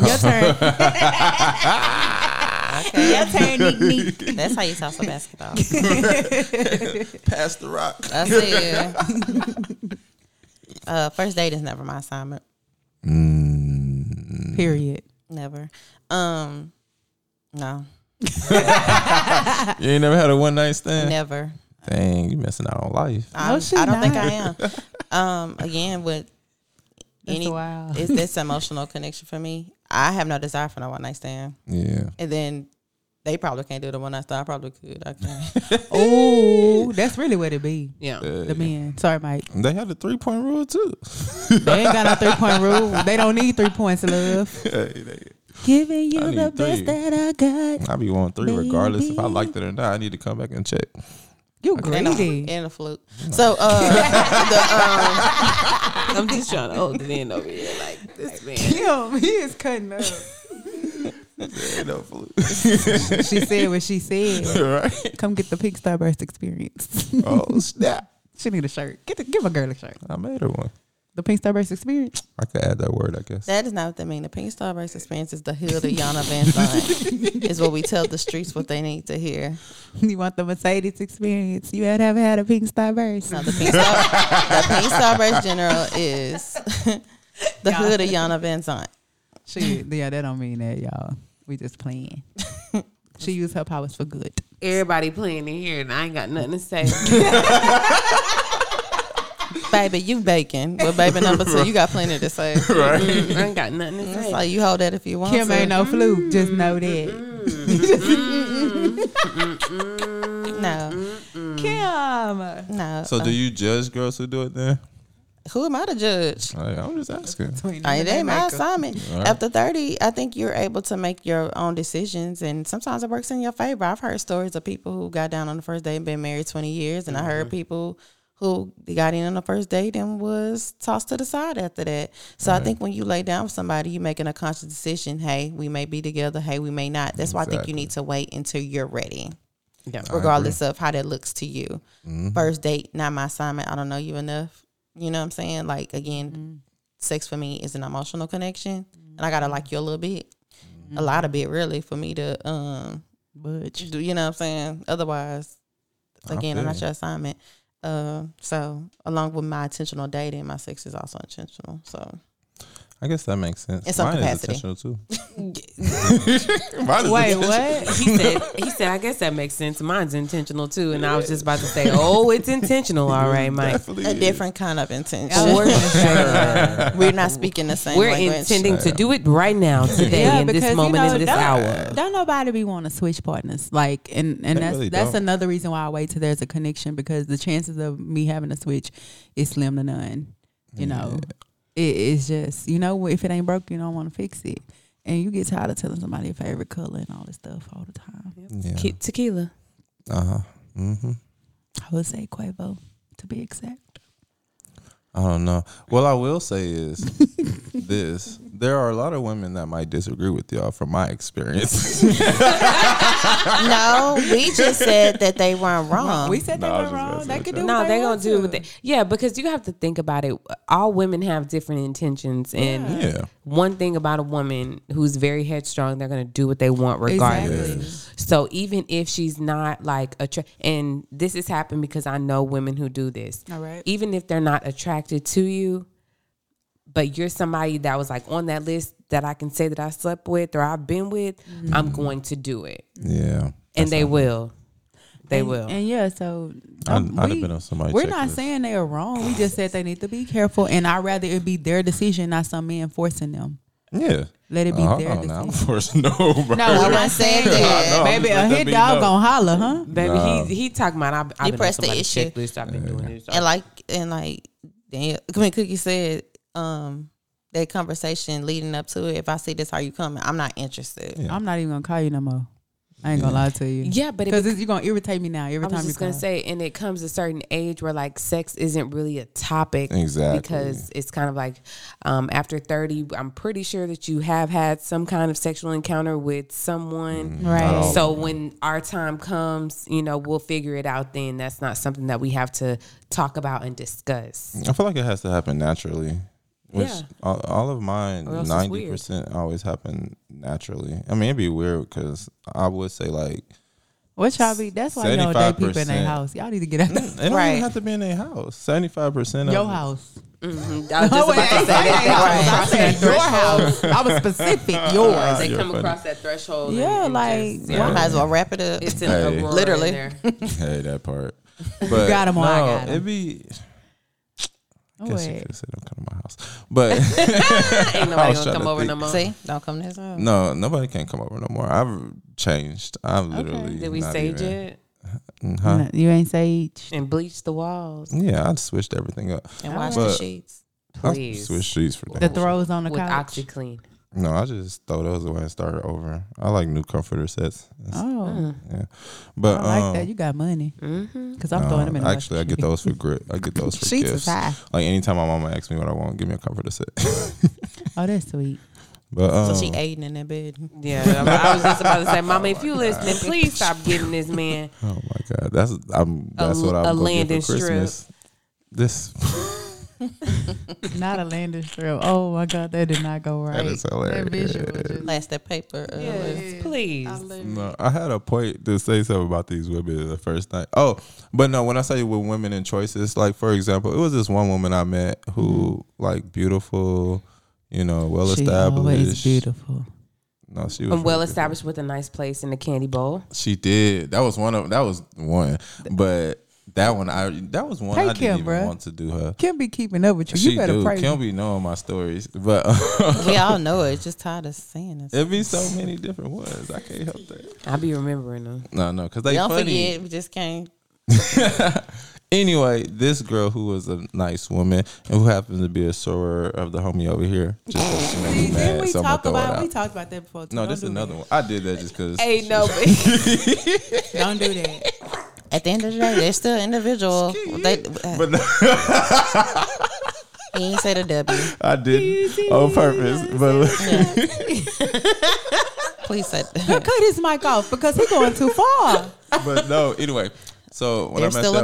[SPEAKER 6] Your turn. Your turn, Neek Neek.
[SPEAKER 3] [laughs] That's how you toss
[SPEAKER 6] [laughs]
[SPEAKER 3] a basketball.
[SPEAKER 4] Pass the rock.
[SPEAKER 3] That's it. [laughs] uh, first date is never my assignment.
[SPEAKER 4] Mm.
[SPEAKER 6] Period.
[SPEAKER 3] Never. Um, no,
[SPEAKER 4] You ain't never had a one night stand.
[SPEAKER 3] never.
[SPEAKER 4] Dang, you missing out on life.
[SPEAKER 3] I'm-
[SPEAKER 6] she
[SPEAKER 3] I don't think
[SPEAKER 6] not.
[SPEAKER 3] I am. Um, again, with
[SPEAKER 6] That's
[SPEAKER 3] any,
[SPEAKER 6] wild.
[SPEAKER 3] it's this emotional connection for me. I have no desire for no one night stand,
[SPEAKER 4] Yeah.
[SPEAKER 3] and then they probably can't do the one night stand. I probably could. I can.
[SPEAKER 6] Oh, that's really what it be.
[SPEAKER 5] Yeah.
[SPEAKER 4] Uh,
[SPEAKER 6] The men. Sorry, Mike.
[SPEAKER 4] They had a three point rule too. [laughs]
[SPEAKER 6] They ain't got no three point rule. They don't need three points, love. Giving you
[SPEAKER 4] I
[SPEAKER 6] the
[SPEAKER 4] need
[SPEAKER 6] best
[SPEAKER 4] three.
[SPEAKER 6] that I got.
[SPEAKER 4] I be on three regardless if I
[SPEAKER 6] Baby.
[SPEAKER 4] liked it or not. I need to come back and [laughs] check.
[SPEAKER 6] You
[SPEAKER 3] and, a,
[SPEAKER 6] greedy.
[SPEAKER 3] and a flute. So
[SPEAKER 6] [laughs]
[SPEAKER 3] uh, the, um,
[SPEAKER 5] I'm just trying to hold it in over here. Like, this man.
[SPEAKER 6] Kim, he is cutting up. she said what she said.
[SPEAKER 4] [laughs] right?
[SPEAKER 6] Come get the pig starburst experience. [laughs]
[SPEAKER 4] Oh snap!
[SPEAKER 6] she need a shirt. Get the, give a girl a shirt.
[SPEAKER 4] I made her one.
[SPEAKER 6] The pink starburst experience. [laughs]
[SPEAKER 4] I could add that word, I guess.
[SPEAKER 3] that is not what they mean. The Pink Starburst experience is the hood of Yana Van Dyne. is what we tell the streets what they need to hear.
[SPEAKER 6] You want the Mercedes experience. You had ever had a pink starburst.
[SPEAKER 3] No, the pink star, the pink starburst general is [laughs] the hood of Yana Van Zant.
[SPEAKER 6] She, yeah, that don't mean that, y'all. We just playing. [laughs] she used her powers for good.
[SPEAKER 5] Everybody playing in here, and I ain't got nothing to
[SPEAKER 4] [laughs]
[SPEAKER 5] say.
[SPEAKER 3] Baby, you bacon. But baby number two, you got plenty to say.
[SPEAKER 5] I ain't got nothing to
[SPEAKER 3] It's
[SPEAKER 5] say.
[SPEAKER 3] like you hold that if you want
[SPEAKER 6] Kim
[SPEAKER 3] to.
[SPEAKER 6] ain't no fluke. Just know that.
[SPEAKER 3] no,
[SPEAKER 6] Mm. Kim.
[SPEAKER 3] no.
[SPEAKER 4] So, do you judge girls who do it then?
[SPEAKER 3] Who am I to judge?
[SPEAKER 4] Like, I'm just asking.
[SPEAKER 3] I ain't that my assignment. After thirty, I think you're able to make your own decisions, and sometimes it works in your favor. I've heard stories of people who got down on the first date and been married twenty years, and I heard people who got in on the first date and was tossed to the side after that. So I think when you lay down with somebody, you're making a conscious decision. Hey, we may be together. Hey, we may not. That's why I think
[SPEAKER 4] Exactly.
[SPEAKER 3] you need to wait until you're ready.
[SPEAKER 5] Yeah.
[SPEAKER 3] regardless of how that looks to you.
[SPEAKER 4] Mm-hmm.
[SPEAKER 3] First date, not my assignment. I don't know you enough. You know what I'm saying? Like again, sex for me is an emotional connection, and I gotta like you a little bit, a lot of bit really, for me to um
[SPEAKER 6] Butch.
[SPEAKER 3] do. You know what I'm saying? Otherwise,
[SPEAKER 4] I
[SPEAKER 3] again, I'm
[SPEAKER 4] feel
[SPEAKER 3] not
[SPEAKER 4] you.
[SPEAKER 3] your assignment. Uh, so along with my intentional dating, my sex is also intentional. So
[SPEAKER 4] I guess that makes sense.
[SPEAKER 3] In some
[SPEAKER 4] Mine
[SPEAKER 3] capacity.
[SPEAKER 4] is intentional
[SPEAKER 3] [laughs]
[SPEAKER 4] too. [laughs] Mine
[SPEAKER 5] [laughs]
[SPEAKER 4] is
[SPEAKER 6] Wait,
[SPEAKER 4] intentional.
[SPEAKER 6] what?
[SPEAKER 5] He said, he said, I guess that makes sense. Mine's intentional too. And I was just about to
[SPEAKER 4] [laughs]
[SPEAKER 5] say, oh, it's intentional. All right, Mike.
[SPEAKER 4] Definitely
[SPEAKER 3] a
[SPEAKER 4] is.
[SPEAKER 3] different kind of intention.
[SPEAKER 5] [laughs] For sure.
[SPEAKER 3] We're not speaking the same
[SPEAKER 5] We're
[SPEAKER 3] language.
[SPEAKER 5] intending to do it right now, today, in this moment, in this
[SPEAKER 6] don't,
[SPEAKER 5] hour.
[SPEAKER 6] don't nobody be want to switch partners. Like, and and
[SPEAKER 4] They
[SPEAKER 6] that's
[SPEAKER 4] really
[SPEAKER 6] that's
[SPEAKER 4] don't.
[SPEAKER 6] another reason why I wait till there's a connection because the chances of me having to switch is slim to none. You know, it, it's just you know if it ain't broke, you don't want to fix it, and you get tired of telling somebody your favorite color and all this stuff all the time.
[SPEAKER 4] Yeah.
[SPEAKER 5] Ke- Tequila.
[SPEAKER 4] Uh huh. Mm-hmm.
[SPEAKER 6] I would say Quavo, to be exact.
[SPEAKER 4] I don't know. What I will say
[SPEAKER 6] [laughs]
[SPEAKER 4] is this: there are a lot of women that might disagree with y'all from my experience.
[SPEAKER 6] [laughs]
[SPEAKER 3] No, we just said that they weren't wrong.
[SPEAKER 6] we said they
[SPEAKER 4] Nah, I
[SPEAKER 6] were
[SPEAKER 4] was just
[SPEAKER 6] wrong.
[SPEAKER 4] messing
[SPEAKER 6] They
[SPEAKER 4] with
[SPEAKER 6] could
[SPEAKER 4] you.
[SPEAKER 6] do.
[SPEAKER 5] No,
[SPEAKER 6] what
[SPEAKER 5] they're gonna
[SPEAKER 6] want
[SPEAKER 5] do it
[SPEAKER 6] to.
[SPEAKER 5] with it. Yeah, because you have to think about it. All women have different intentions, and
[SPEAKER 4] yeah.
[SPEAKER 5] one thing about a woman who's very headstrong, they're gonna do what they want regardless.
[SPEAKER 6] Exactly.
[SPEAKER 5] So even if she's not like a, and this has happened because I know women who do this.
[SPEAKER 6] All right.
[SPEAKER 5] Even if they're not attracted to you, but you're somebody that was like on that list that I can say that I slept with or I've been with, I'm going to do it,
[SPEAKER 4] Yeah.
[SPEAKER 5] and they will. They
[SPEAKER 6] and,
[SPEAKER 5] will.
[SPEAKER 6] And yeah, so
[SPEAKER 4] I'd-
[SPEAKER 6] um,
[SPEAKER 4] I'd have been on somebody's
[SPEAKER 6] We're not
[SPEAKER 4] checklist.
[SPEAKER 6] saying they are wrong. We just said they need to be careful, and I would rather it be their decision, not some man forcing them.
[SPEAKER 4] Yeah.
[SPEAKER 6] Let it be
[SPEAKER 4] Uh,
[SPEAKER 6] their
[SPEAKER 4] hold on now. I'm [laughs]
[SPEAKER 6] decision.
[SPEAKER 4] forcing nobody.
[SPEAKER 6] No, we're
[SPEAKER 3] not
[SPEAKER 6] not
[SPEAKER 3] saying
[SPEAKER 6] saying
[SPEAKER 4] [laughs] I know,
[SPEAKER 3] that.
[SPEAKER 6] that.
[SPEAKER 4] I'm
[SPEAKER 6] Baby,
[SPEAKER 4] just
[SPEAKER 6] a
[SPEAKER 4] letting
[SPEAKER 6] hit
[SPEAKER 4] me
[SPEAKER 6] dog
[SPEAKER 4] know.
[SPEAKER 6] gonna holler, huh?
[SPEAKER 5] Baby, he he talking about I've, I've been on
[SPEAKER 3] pressed the
[SPEAKER 5] somebody's
[SPEAKER 3] issue.
[SPEAKER 5] checklist. I've been doing this.
[SPEAKER 3] and like and like Daniel, I mean, Cookie said, um, that conversation leading up to it. If I see this, how you coming? I'm not interested.
[SPEAKER 4] Yeah.
[SPEAKER 6] I'm not even gonna call you no more. I ain't gonna lie to you.
[SPEAKER 5] Yeah, but it
[SPEAKER 6] because you're gonna irritate me now every
[SPEAKER 5] I was
[SPEAKER 6] time you
[SPEAKER 5] just gonna
[SPEAKER 6] call.
[SPEAKER 5] say, and it comes a certain age where like sex isn't really a topic,
[SPEAKER 4] Exactly.
[SPEAKER 5] because it's kind of like um, after thirty, I'm pretty sure that you have had some kind of sexual encounter with
[SPEAKER 4] Mm-hmm.
[SPEAKER 5] someone,
[SPEAKER 6] Right.
[SPEAKER 4] all
[SPEAKER 5] So when our time comes, you know, we'll figure it out. Then that's not something that we have to talk about and discuss.
[SPEAKER 4] I feel like it has to happen naturally. Which
[SPEAKER 5] Yeah.
[SPEAKER 4] all, all of mine,
[SPEAKER 5] Or else it's
[SPEAKER 4] ninety
[SPEAKER 5] weird.
[SPEAKER 4] percent always happen naturally. I mean, it'd be weird because I would say like
[SPEAKER 6] What y'all be? That's why y'all date people in their
[SPEAKER 4] 75%.
[SPEAKER 6] house. Y'all need to get out of
[SPEAKER 4] it don't
[SPEAKER 5] Right.
[SPEAKER 4] even have to be in their house. Seventy five percent of
[SPEAKER 6] your house.
[SPEAKER 5] Mm-hmm. I was just about to say that they
[SPEAKER 6] I
[SPEAKER 5] [laughs]
[SPEAKER 6] said your house. I was specific. Yours.
[SPEAKER 5] They
[SPEAKER 4] You're
[SPEAKER 5] come
[SPEAKER 4] funny.
[SPEAKER 5] across that threshold.
[SPEAKER 6] Yeah,
[SPEAKER 5] and,
[SPEAKER 6] like,
[SPEAKER 5] and just,
[SPEAKER 3] You
[SPEAKER 5] yeah,
[SPEAKER 3] might as well wrap it up.
[SPEAKER 5] it's an
[SPEAKER 4] Hey.
[SPEAKER 5] aurora
[SPEAKER 6] [laughs]
[SPEAKER 3] Literally.
[SPEAKER 5] in there.
[SPEAKER 4] Hey, that part. But
[SPEAKER 6] got 'em or I got 'em.
[SPEAKER 4] It'd be.
[SPEAKER 6] Oh,
[SPEAKER 4] guess you
[SPEAKER 6] wait.
[SPEAKER 4] could have said, "Don't come to my house,"
[SPEAKER 6] [laughs]
[SPEAKER 4] but
[SPEAKER 5] Ain't
[SPEAKER 4] I
[SPEAKER 5] nobody
[SPEAKER 4] was
[SPEAKER 5] gonna
[SPEAKER 4] trying
[SPEAKER 5] come
[SPEAKER 4] to
[SPEAKER 5] over
[SPEAKER 4] think.
[SPEAKER 5] no more.
[SPEAKER 3] [laughs] See, don't come to his house.
[SPEAKER 4] no, nobody can come over no more. I've changed. I'm literally.
[SPEAKER 5] Did we
[SPEAKER 4] not
[SPEAKER 5] sage
[SPEAKER 4] even-
[SPEAKER 5] it
[SPEAKER 4] Huh?
[SPEAKER 6] No, You ain't sage.
[SPEAKER 5] and bleach the walls?
[SPEAKER 4] Yeah, I switched everything up.
[SPEAKER 3] And wash the
[SPEAKER 4] But-
[SPEAKER 3] sheets.
[SPEAKER 4] I
[SPEAKER 5] Please.
[SPEAKER 4] switched sheets for
[SPEAKER 6] The
[SPEAKER 4] that.
[SPEAKER 6] throws on the
[SPEAKER 5] with
[SPEAKER 6] couch.
[SPEAKER 5] OxyClean.
[SPEAKER 4] No, I just throw those away and start over. I like new comforter sets. That's-
[SPEAKER 6] Oh,
[SPEAKER 4] Yeah, but
[SPEAKER 6] I like
[SPEAKER 4] um,
[SPEAKER 6] that. You got money.
[SPEAKER 5] Mm. Mm-hmm.
[SPEAKER 6] Cause I'm throwing them in.
[SPEAKER 4] um,
[SPEAKER 6] The
[SPEAKER 4] actually, I get those for gri- I get those for
[SPEAKER 3] Sheets
[SPEAKER 4] gifts.
[SPEAKER 3] is high.
[SPEAKER 4] Like anytime my mama asks me what I want, give me a comforter set.
[SPEAKER 6] [laughs]
[SPEAKER 4] [laughs]
[SPEAKER 6] Oh, that's sweet.
[SPEAKER 4] but um,
[SPEAKER 3] So she aiding in that bed.
[SPEAKER 5] Yeah,
[SPEAKER 4] [laughs]
[SPEAKER 5] I'm- I was just about to say, Mama, if you listening, please stop getting this
[SPEAKER 6] [laughs]
[SPEAKER 5] man.
[SPEAKER 4] oh my god, that's I'm that's what I'm
[SPEAKER 5] a
[SPEAKER 4] going
[SPEAKER 5] landing
[SPEAKER 4] for
[SPEAKER 5] strip.
[SPEAKER 4] Christmas. This [laughs]
[SPEAKER 6] Not a landing strip. Oh my god, that did not go right.
[SPEAKER 4] that is
[SPEAKER 6] That
[SPEAKER 4] hilarious.
[SPEAKER 6] visual was just-
[SPEAKER 3] Last that paper. Uh, was-
[SPEAKER 5] Please.
[SPEAKER 6] Um,
[SPEAKER 4] No, I had a point to say something about these women the first night. Oh, but no, when I say with women and choices, like for example, it was this one woman I met who like beautiful, you know, well
[SPEAKER 6] She
[SPEAKER 4] established.
[SPEAKER 6] always beautiful.
[SPEAKER 4] No, she was
[SPEAKER 5] I'm well
[SPEAKER 4] really beautiful.
[SPEAKER 5] established with a nice place in the candy bowl.
[SPEAKER 4] She did. That was one of that was one, but that one I that was one
[SPEAKER 6] Hey,
[SPEAKER 4] I didn't
[SPEAKER 6] Kim,
[SPEAKER 4] even
[SPEAKER 6] bruh.
[SPEAKER 4] want to do her.
[SPEAKER 6] Kim be keeping up with you.
[SPEAKER 4] she
[SPEAKER 6] you better
[SPEAKER 4] do.
[SPEAKER 6] pray.
[SPEAKER 4] Kim be knowing my stories, but [laughs]
[SPEAKER 3] we all know it. Just tired of seeing us.
[SPEAKER 4] it be so many different ones. I can't help that.
[SPEAKER 5] I be remembering them.
[SPEAKER 4] No, no, because they
[SPEAKER 3] Don't
[SPEAKER 4] funny.
[SPEAKER 3] forget, we just can't.
[SPEAKER 4] Anyway, this girl who was a nice woman and who happens to be a soror of the homie over here, just 'cause she made me
[SPEAKER 6] Didn't
[SPEAKER 4] mad,
[SPEAKER 6] we
[SPEAKER 4] so I'm gonna
[SPEAKER 6] talk
[SPEAKER 4] throw it
[SPEAKER 6] about? We
[SPEAKER 4] out.
[SPEAKER 6] talked about that before. Too.
[SPEAKER 4] No,
[SPEAKER 6] Don't
[SPEAKER 4] this is
[SPEAKER 6] do
[SPEAKER 4] another one. I did that just because.
[SPEAKER 5] Ain't nobody.
[SPEAKER 6] that. Don't do that.
[SPEAKER 3] At the end of the day, they're still individual. They, uh,
[SPEAKER 4] But
[SPEAKER 3] he ain't say the W.
[SPEAKER 4] I did on purpose. But
[SPEAKER 3] Please say.
[SPEAKER 4] [laughs]
[SPEAKER 6] Cut his mic off because he going too far.
[SPEAKER 4] but no, anyway. So when I
[SPEAKER 3] They're
[SPEAKER 4] met
[SPEAKER 3] still
[SPEAKER 4] that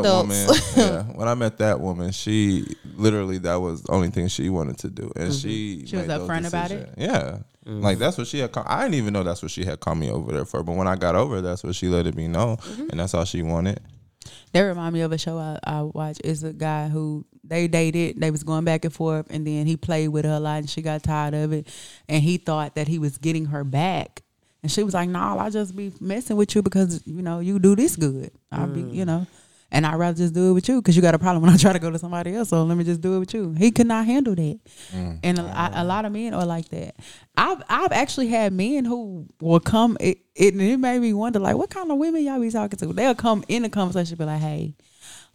[SPEAKER 6] [laughs]
[SPEAKER 3] adults.
[SPEAKER 4] woman, yeah, when I met that woman, she literally that was the only thing she wanted to do, and she
[SPEAKER 6] Mm-hmm. She was
[SPEAKER 4] made those
[SPEAKER 6] upfront about
[SPEAKER 4] decisions. Yeah, like that's what she had. Call- I didn't even know that's what she had called me over there for. But when I got over, that's what she let me know,
[SPEAKER 6] Mm-hmm.
[SPEAKER 4] and that's all she wanted.
[SPEAKER 6] That remind me of a show I, I watch. It's a guy who they dated. They was going back and forth, and then he played with her a lot, and she got tired of it. And he thought that he was getting her back, and she was like, "No, I just be messing with you because you know you do this good. I be, you know." And I'd rather just do it with you because you got a problem when I [laughs] try to go to somebody else. So let me just do it with you. He could not handle that. And a, I- a lot of men are like that. I've I've actually had men who will come. It, it, and it made me wonder, like, what kind of women y'all be talking to? They'll come in a conversation, be like, hey,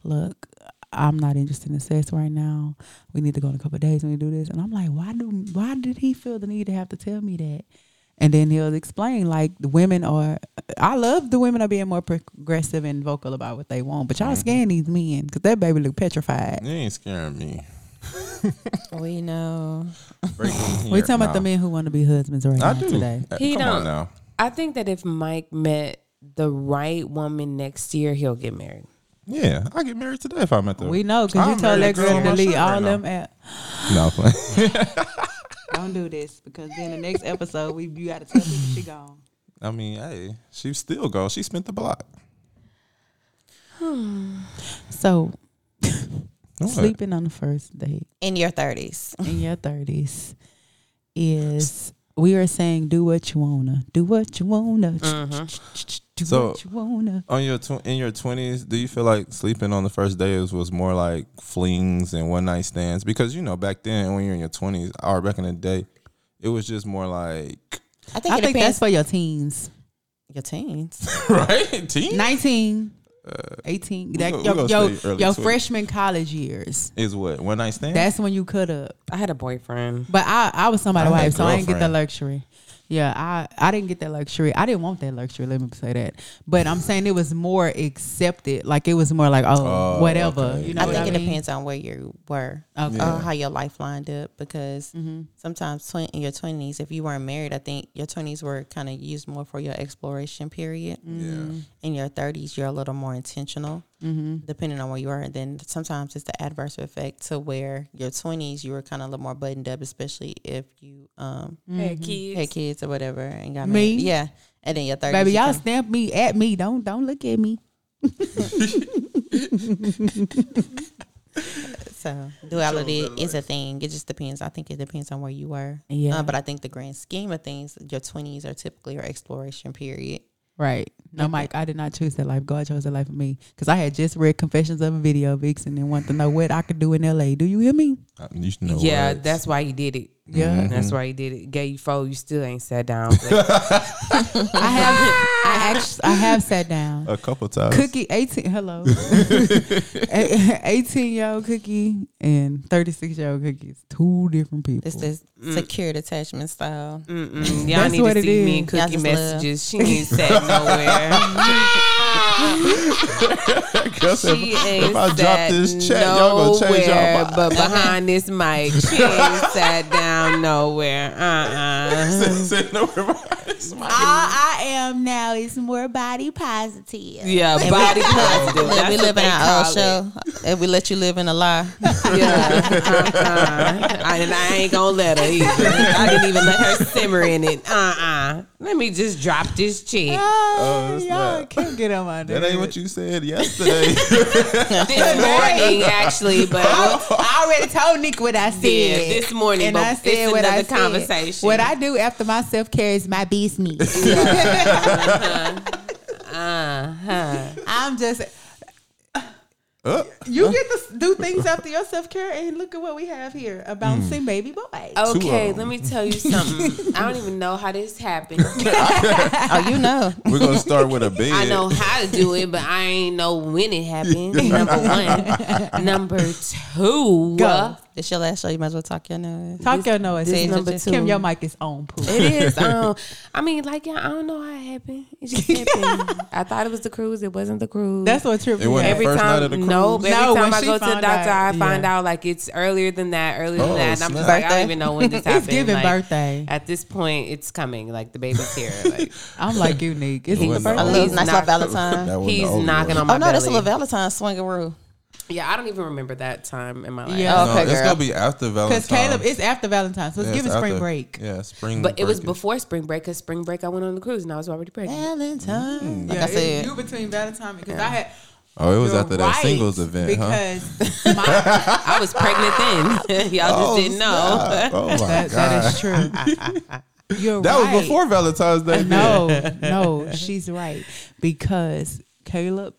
[SPEAKER 6] look, I'm not interested in sex right now. We need to go in a couple of days and we do this. And I'm like, why do why did he feel the need to have to tell me that? And then he'll explain like the women are. I love the women are being more progressive and vocal about what they want, but y'all
[SPEAKER 4] Mm-hmm.
[SPEAKER 6] scaring these men because that baby look petrified.
[SPEAKER 4] You ain't scaring me.
[SPEAKER 3] we know.
[SPEAKER 4] Break in
[SPEAKER 6] [laughs]
[SPEAKER 4] here.
[SPEAKER 6] We talking about
[SPEAKER 4] Nah.
[SPEAKER 6] the men who want to be husbands right now
[SPEAKER 4] I do.
[SPEAKER 6] today.
[SPEAKER 4] Uh,
[SPEAKER 5] He
[SPEAKER 4] Come
[SPEAKER 5] don't.
[SPEAKER 4] on now.
[SPEAKER 5] I think that if Mike met the right woman next year, he'll get married.
[SPEAKER 4] Yeah, I get married today if I'm at the.
[SPEAKER 6] We know because you
[SPEAKER 4] I'm
[SPEAKER 6] told that
[SPEAKER 4] married
[SPEAKER 6] girl
[SPEAKER 4] on
[SPEAKER 6] to
[SPEAKER 4] my
[SPEAKER 6] delete
[SPEAKER 4] shirt
[SPEAKER 6] all
[SPEAKER 4] right
[SPEAKER 6] them
[SPEAKER 4] now.
[SPEAKER 6] apps.
[SPEAKER 4] [laughs] No, I'm playing.
[SPEAKER 6] Don't do this because then the next episode we you gotta tell people
[SPEAKER 4] [laughs]
[SPEAKER 6] she gone.
[SPEAKER 4] I mean, hey, she still goes. She spent the block.
[SPEAKER 6] So
[SPEAKER 4] What?
[SPEAKER 6] sleeping on the first date
[SPEAKER 3] In your thirties,
[SPEAKER 6] in your thirties is we are saying do what you wanna, do what you wanna,
[SPEAKER 3] Mm.
[SPEAKER 6] do
[SPEAKER 4] So-
[SPEAKER 6] what you wanna.
[SPEAKER 4] On your tw- in your twenties, do you feel like sleeping on the first day is, was more like flings and one night stands? Because you know, back then when you're in your twenties, or back in the day, it was just more like [coughs]
[SPEAKER 3] I think
[SPEAKER 6] I
[SPEAKER 3] it
[SPEAKER 6] think that's
[SPEAKER 3] depends.
[SPEAKER 6] for your teens,
[SPEAKER 3] your teens.
[SPEAKER 4] right [laughs] teen
[SPEAKER 6] nineteen. 18 that,
[SPEAKER 4] go- Uh, we
[SPEAKER 6] your,
[SPEAKER 4] gonna
[SPEAKER 6] your,
[SPEAKER 4] say early
[SPEAKER 6] your
[SPEAKER 4] 20s.
[SPEAKER 6] freshman college years
[SPEAKER 4] is what one night stand.
[SPEAKER 6] that's when you cut up
[SPEAKER 5] I had a boyfriend.
[SPEAKER 6] but i i was somebody's
[SPEAKER 4] I had
[SPEAKER 6] wife so i didn't get the
[SPEAKER 4] girlfriend.
[SPEAKER 6] luxury Yeah, I I didn't get that luxury. I didn't want that luxury. Let me say that. But I'm saying it was more accepted. Like it was more like oh
[SPEAKER 4] Oh,
[SPEAKER 6] whatever.
[SPEAKER 4] okay.
[SPEAKER 6] You know
[SPEAKER 3] I
[SPEAKER 6] what
[SPEAKER 3] think
[SPEAKER 6] I
[SPEAKER 3] it
[SPEAKER 6] mean?
[SPEAKER 3] depends on where you were,
[SPEAKER 6] Okay.
[SPEAKER 3] or how your life lined up. Because
[SPEAKER 6] Mm-hmm.
[SPEAKER 3] sometimes twen- in your twenties, if you weren't married, I think your twenties were kind of used more for your exploration period.
[SPEAKER 6] Mm-hmm.
[SPEAKER 5] Mm.
[SPEAKER 4] Yeah.
[SPEAKER 3] In your thirties, you're a little more intentional,
[SPEAKER 6] Mm-hmm.
[SPEAKER 3] depending on where you are. And then sometimes it's the adverse effect to where your twenties, you were kind of a little more buttoned up, especially if you um
[SPEAKER 5] Hey, kids.
[SPEAKER 3] had kids or whatever and got
[SPEAKER 6] Mm. Me?
[SPEAKER 3] married. Yeah, and then your thirties,
[SPEAKER 6] Baby, y'all stamp me at me. Don't don't look at me.
[SPEAKER 3] So duality is a thing. It just depends. I think it depends on where you were.
[SPEAKER 6] Yeah.
[SPEAKER 3] Uh, but I think the grand scheme of things, your twenties are typically your exploration period.
[SPEAKER 6] Right. No, Mike, I did not choose that life. God chose that life for me. Because I had just read Confessions of a Video Vixen and wanted to know what I could do in LA. Do you hear me?
[SPEAKER 4] Uh, You know
[SPEAKER 5] yeah,
[SPEAKER 4] words.
[SPEAKER 5] that's why he did it.
[SPEAKER 6] Yeah.
[SPEAKER 5] That's why he did it. Gay you foe, you still ain't sat down. mm, But
[SPEAKER 6] I have I actually I have sat down.
[SPEAKER 4] a couple times. [laughs]
[SPEAKER 6] Cookie eighteen hello. [laughs] eighteen year old cookie and thirty six year old cookies. Two different people.
[SPEAKER 3] It's this secured attachment style.
[SPEAKER 5] mm-mm, y'all
[SPEAKER 6] That's
[SPEAKER 5] need
[SPEAKER 6] what
[SPEAKER 5] to
[SPEAKER 6] it
[SPEAKER 5] see
[SPEAKER 6] is.
[SPEAKER 5] me and
[SPEAKER 3] Y'all
[SPEAKER 5] Cookie
[SPEAKER 3] just
[SPEAKER 5] messages. She ain't sat nowhere.
[SPEAKER 4] Guess if,
[SPEAKER 5] she ain't
[SPEAKER 4] if I
[SPEAKER 5] sat
[SPEAKER 4] drop this chat,
[SPEAKER 5] nowhere,
[SPEAKER 4] y'all gonna change y'all mind.
[SPEAKER 5] But behind this mic, she ain't sat down nowhere.
[SPEAKER 4] [laughs]
[SPEAKER 5] Uh-uh.
[SPEAKER 4] Say no replies.
[SPEAKER 6] All I am now is more body positive.
[SPEAKER 5] Yeah, [laughs] body positive.
[SPEAKER 3] Look,
[SPEAKER 5] That's
[SPEAKER 3] we
[SPEAKER 5] what
[SPEAKER 3] live in
[SPEAKER 5] they
[SPEAKER 3] our
[SPEAKER 5] call
[SPEAKER 3] own
[SPEAKER 5] it.
[SPEAKER 3] show. [laughs] If we let you live in a lie,
[SPEAKER 5] Yeah. Uh-uh. I, and I ain't gonna let her either. I didn't even let her simmer in it. Uh-uh. Let me just drop this chick.
[SPEAKER 4] Oh,
[SPEAKER 6] y'all
[SPEAKER 4] snap.
[SPEAKER 6] can't get on my
[SPEAKER 4] That ain't
[SPEAKER 6] nerves.
[SPEAKER 4] what
[SPEAKER 5] [laughs]
[SPEAKER 4] you said yesterday. [laughs]
[SPEAKER 5] This morning, actually, but [laughs] we'll-
[SPEAKER 6] I already told Nick what I said
[SPEAKER 5] Yeah, this morning,
[SPEAKER 6] and
[SPEAKER 5] but
[SPEAKER 6] I
[SPEAKER 5] it's
[SPEAKER 6] said what I
[SPEAKER 5] another
[SPEAKER 6] said.
[SPEAKER 5] conversation.
[SPEAKER 6] What I do after my self care is my
[SPEAKER 5] [laughs]
[SPEAKER 6] business.
[SPEAKER 5] Uh-huh.
[SPEAKER 6] I'm just.
[SPEAKER 4] Uh,
[SPEAKER 6] You get to do things after your self care, and look at what we have here: a bouncing
[SPEAKER 4] Mm.
[SPEAKER 6] baby boy.
[SPEAKER 4] of
[SPEAKER 5] okay,
[SPEAKER 4] them.
[SPEAKER 5] let me tell you something. I don't even know how this [laughs] happened.
[SPEAKER 3] oh, you know,
[SPEAKER 4] We're gonna start with a bed.
[SPEAKER 5] [laughs] I know how to do it, but I ain't know when it happened. Number
[SPEAKER 4] [laughs]
[SPEAKER 5] one. Number two.
[SPEAKER 6] Go.
[SPEAKER 3] it's your last show. You might as well talk your nose.
[SPEAKER 6] Talk your noise.
[SPEAKER 5] this
[SPEAKER 6] Kim,
[SPEAKER 5] number
[SPEAKER 6] Kim,
[SPEAKER 5] two.
[SPEAKER 6] your mic is on. Poo.
[SPEAKER 5] It is. Um, I mean, like, yeah, I don't know how it happened. It [laughs] just happened. I thought it was the cruise. It wasn't the cruise.
[SPEAKER 6] That's what tripped
[SPEAKER 4] It
[SPEAKER 6] me.
[SPEAKER 4] wasn't
[SPEAKER 6] out.
[SPEAKER 5] every
[SPEAKER 4] First
[SPEAKER 5] time.
[SPEAKER 4] night of the
[SPEAKER 5] Nope. Every
[SPEAKER 6] cruise? No, when
[SPEAKER 5] time I
[SPEAKER 6] she
[SPEAKER 5] go to the
[SPEAKER 6] found
[SPEAKER 5] doctor,
[SPEAKER 6] out,
[SPEAKER 5] I find
[SPEAKER 6] yeah.
[SPEAKER 5] out like it's earlier than that, earlier
[SPEAKER 4] Oh,
[SPEAKER 5] than that. And I'm just
[SPEAKER 4] snap.
[SPEAKER 5] like, I don't even know when this happened.
[SPEAKER 6] It's giving
[SPEAKER 5] Like,
[SPEAKER 6] birthday.
[SPEAKER 5] At this point, it's coming. Like the baby's
[SPEAKER 4] [laughs]
[SPEAKER 5] here. Like
[SPEAKER 6] I'm like you, Nick. It's
[SPEAKER 4] It
[SPEAKER 6] the
[SPEAKER 4] wasn't
[SPEAKER 3] A
[SPEAKER 4] Oh,
[SPEAKER 6] birthday.
[SPEAKER 3] little
[SPEAKER 5] he's
[SPEAKER 3] nice little
[SPEAKER 5] not-
[SPEAKER 3] Valentine.
[SPEAKER 4] That wasn't
[SPEAKER 5] he's
[SPEAKER 4] the only
[SPEAKER 5] knocking
[SPEAKER 4] one.
[SPEAKER 5] on my
[SPEAKER 3] Oh no, that's a
[SPEAKER 5] belly.
[SPEAKER 3] little Valentine swingaroo.
[SPEAKER 5] yeah, I don't even remember that time in my life.
[SPEAKER 6] Yeah.
[SPEAKER 4] No,
[SPEAKER 3] Oh, Okay,
[SPEAKER 4] it's
[SPEAKER 3] girl.
[SPEAKER 4] gonna be after Valentine's.
[SPEAKER 6] Because Caleb, it's after Valentine's, so it's
[SPEAKER 4] Yeah,
[SPEAKER 6] giving
[SPEAKER 4] it's
[SPEAKER 6] spring
[SPEAKER 4] after-
[SPEAKER 6] break.
[SPEAKER 4] Yeah, spring.
[SPEAKER 5] But it was
[SPEAKER 4] break is-
[SPEAKER 5] before spring break. Cause spring break, I went on the cruise and I was already pregnant.
[SPEAKER 6] [laughs]
[SPEAKER 3] Valentine. Like
[SPEAKER 6] Yeah,
[SPEAKER 3] I
[SPEAKER 6] it-
[SPEAKER 3] said,
[SPEAKER 6] you between Valentine because I had.
[SPEAKER 4] Oh, it was
[SPEAKER 6] you're
[SPEAKER 4] after that
[SPEAKER 6] right,
[SPEAKER 4] singles event, huh?
[SPEAKER 6] because
[SPEAKER 4] [laughs]
[SPEAKER 6] my,
[SPEAKER 5] I was pregnant then. [laughs] Y'all just didn't know.
[SPEAKER 4] Oh, snap.
[SPEAKER 5] [laughs]
[SPEAKER 4] Oh my
[SPEAKER 6] that,
[SPEAKER 4] god,
[SPEAKER 6] that is true.
[SPEAKER 4] [laughs]
[SPEAKER 6] You're
[SPEAKER 4] that
[SPEAKER 6] right.
[SPEAKER 4] was before Valentine's Day.
[SPEAKER 6] No, no, she's right because Caleb.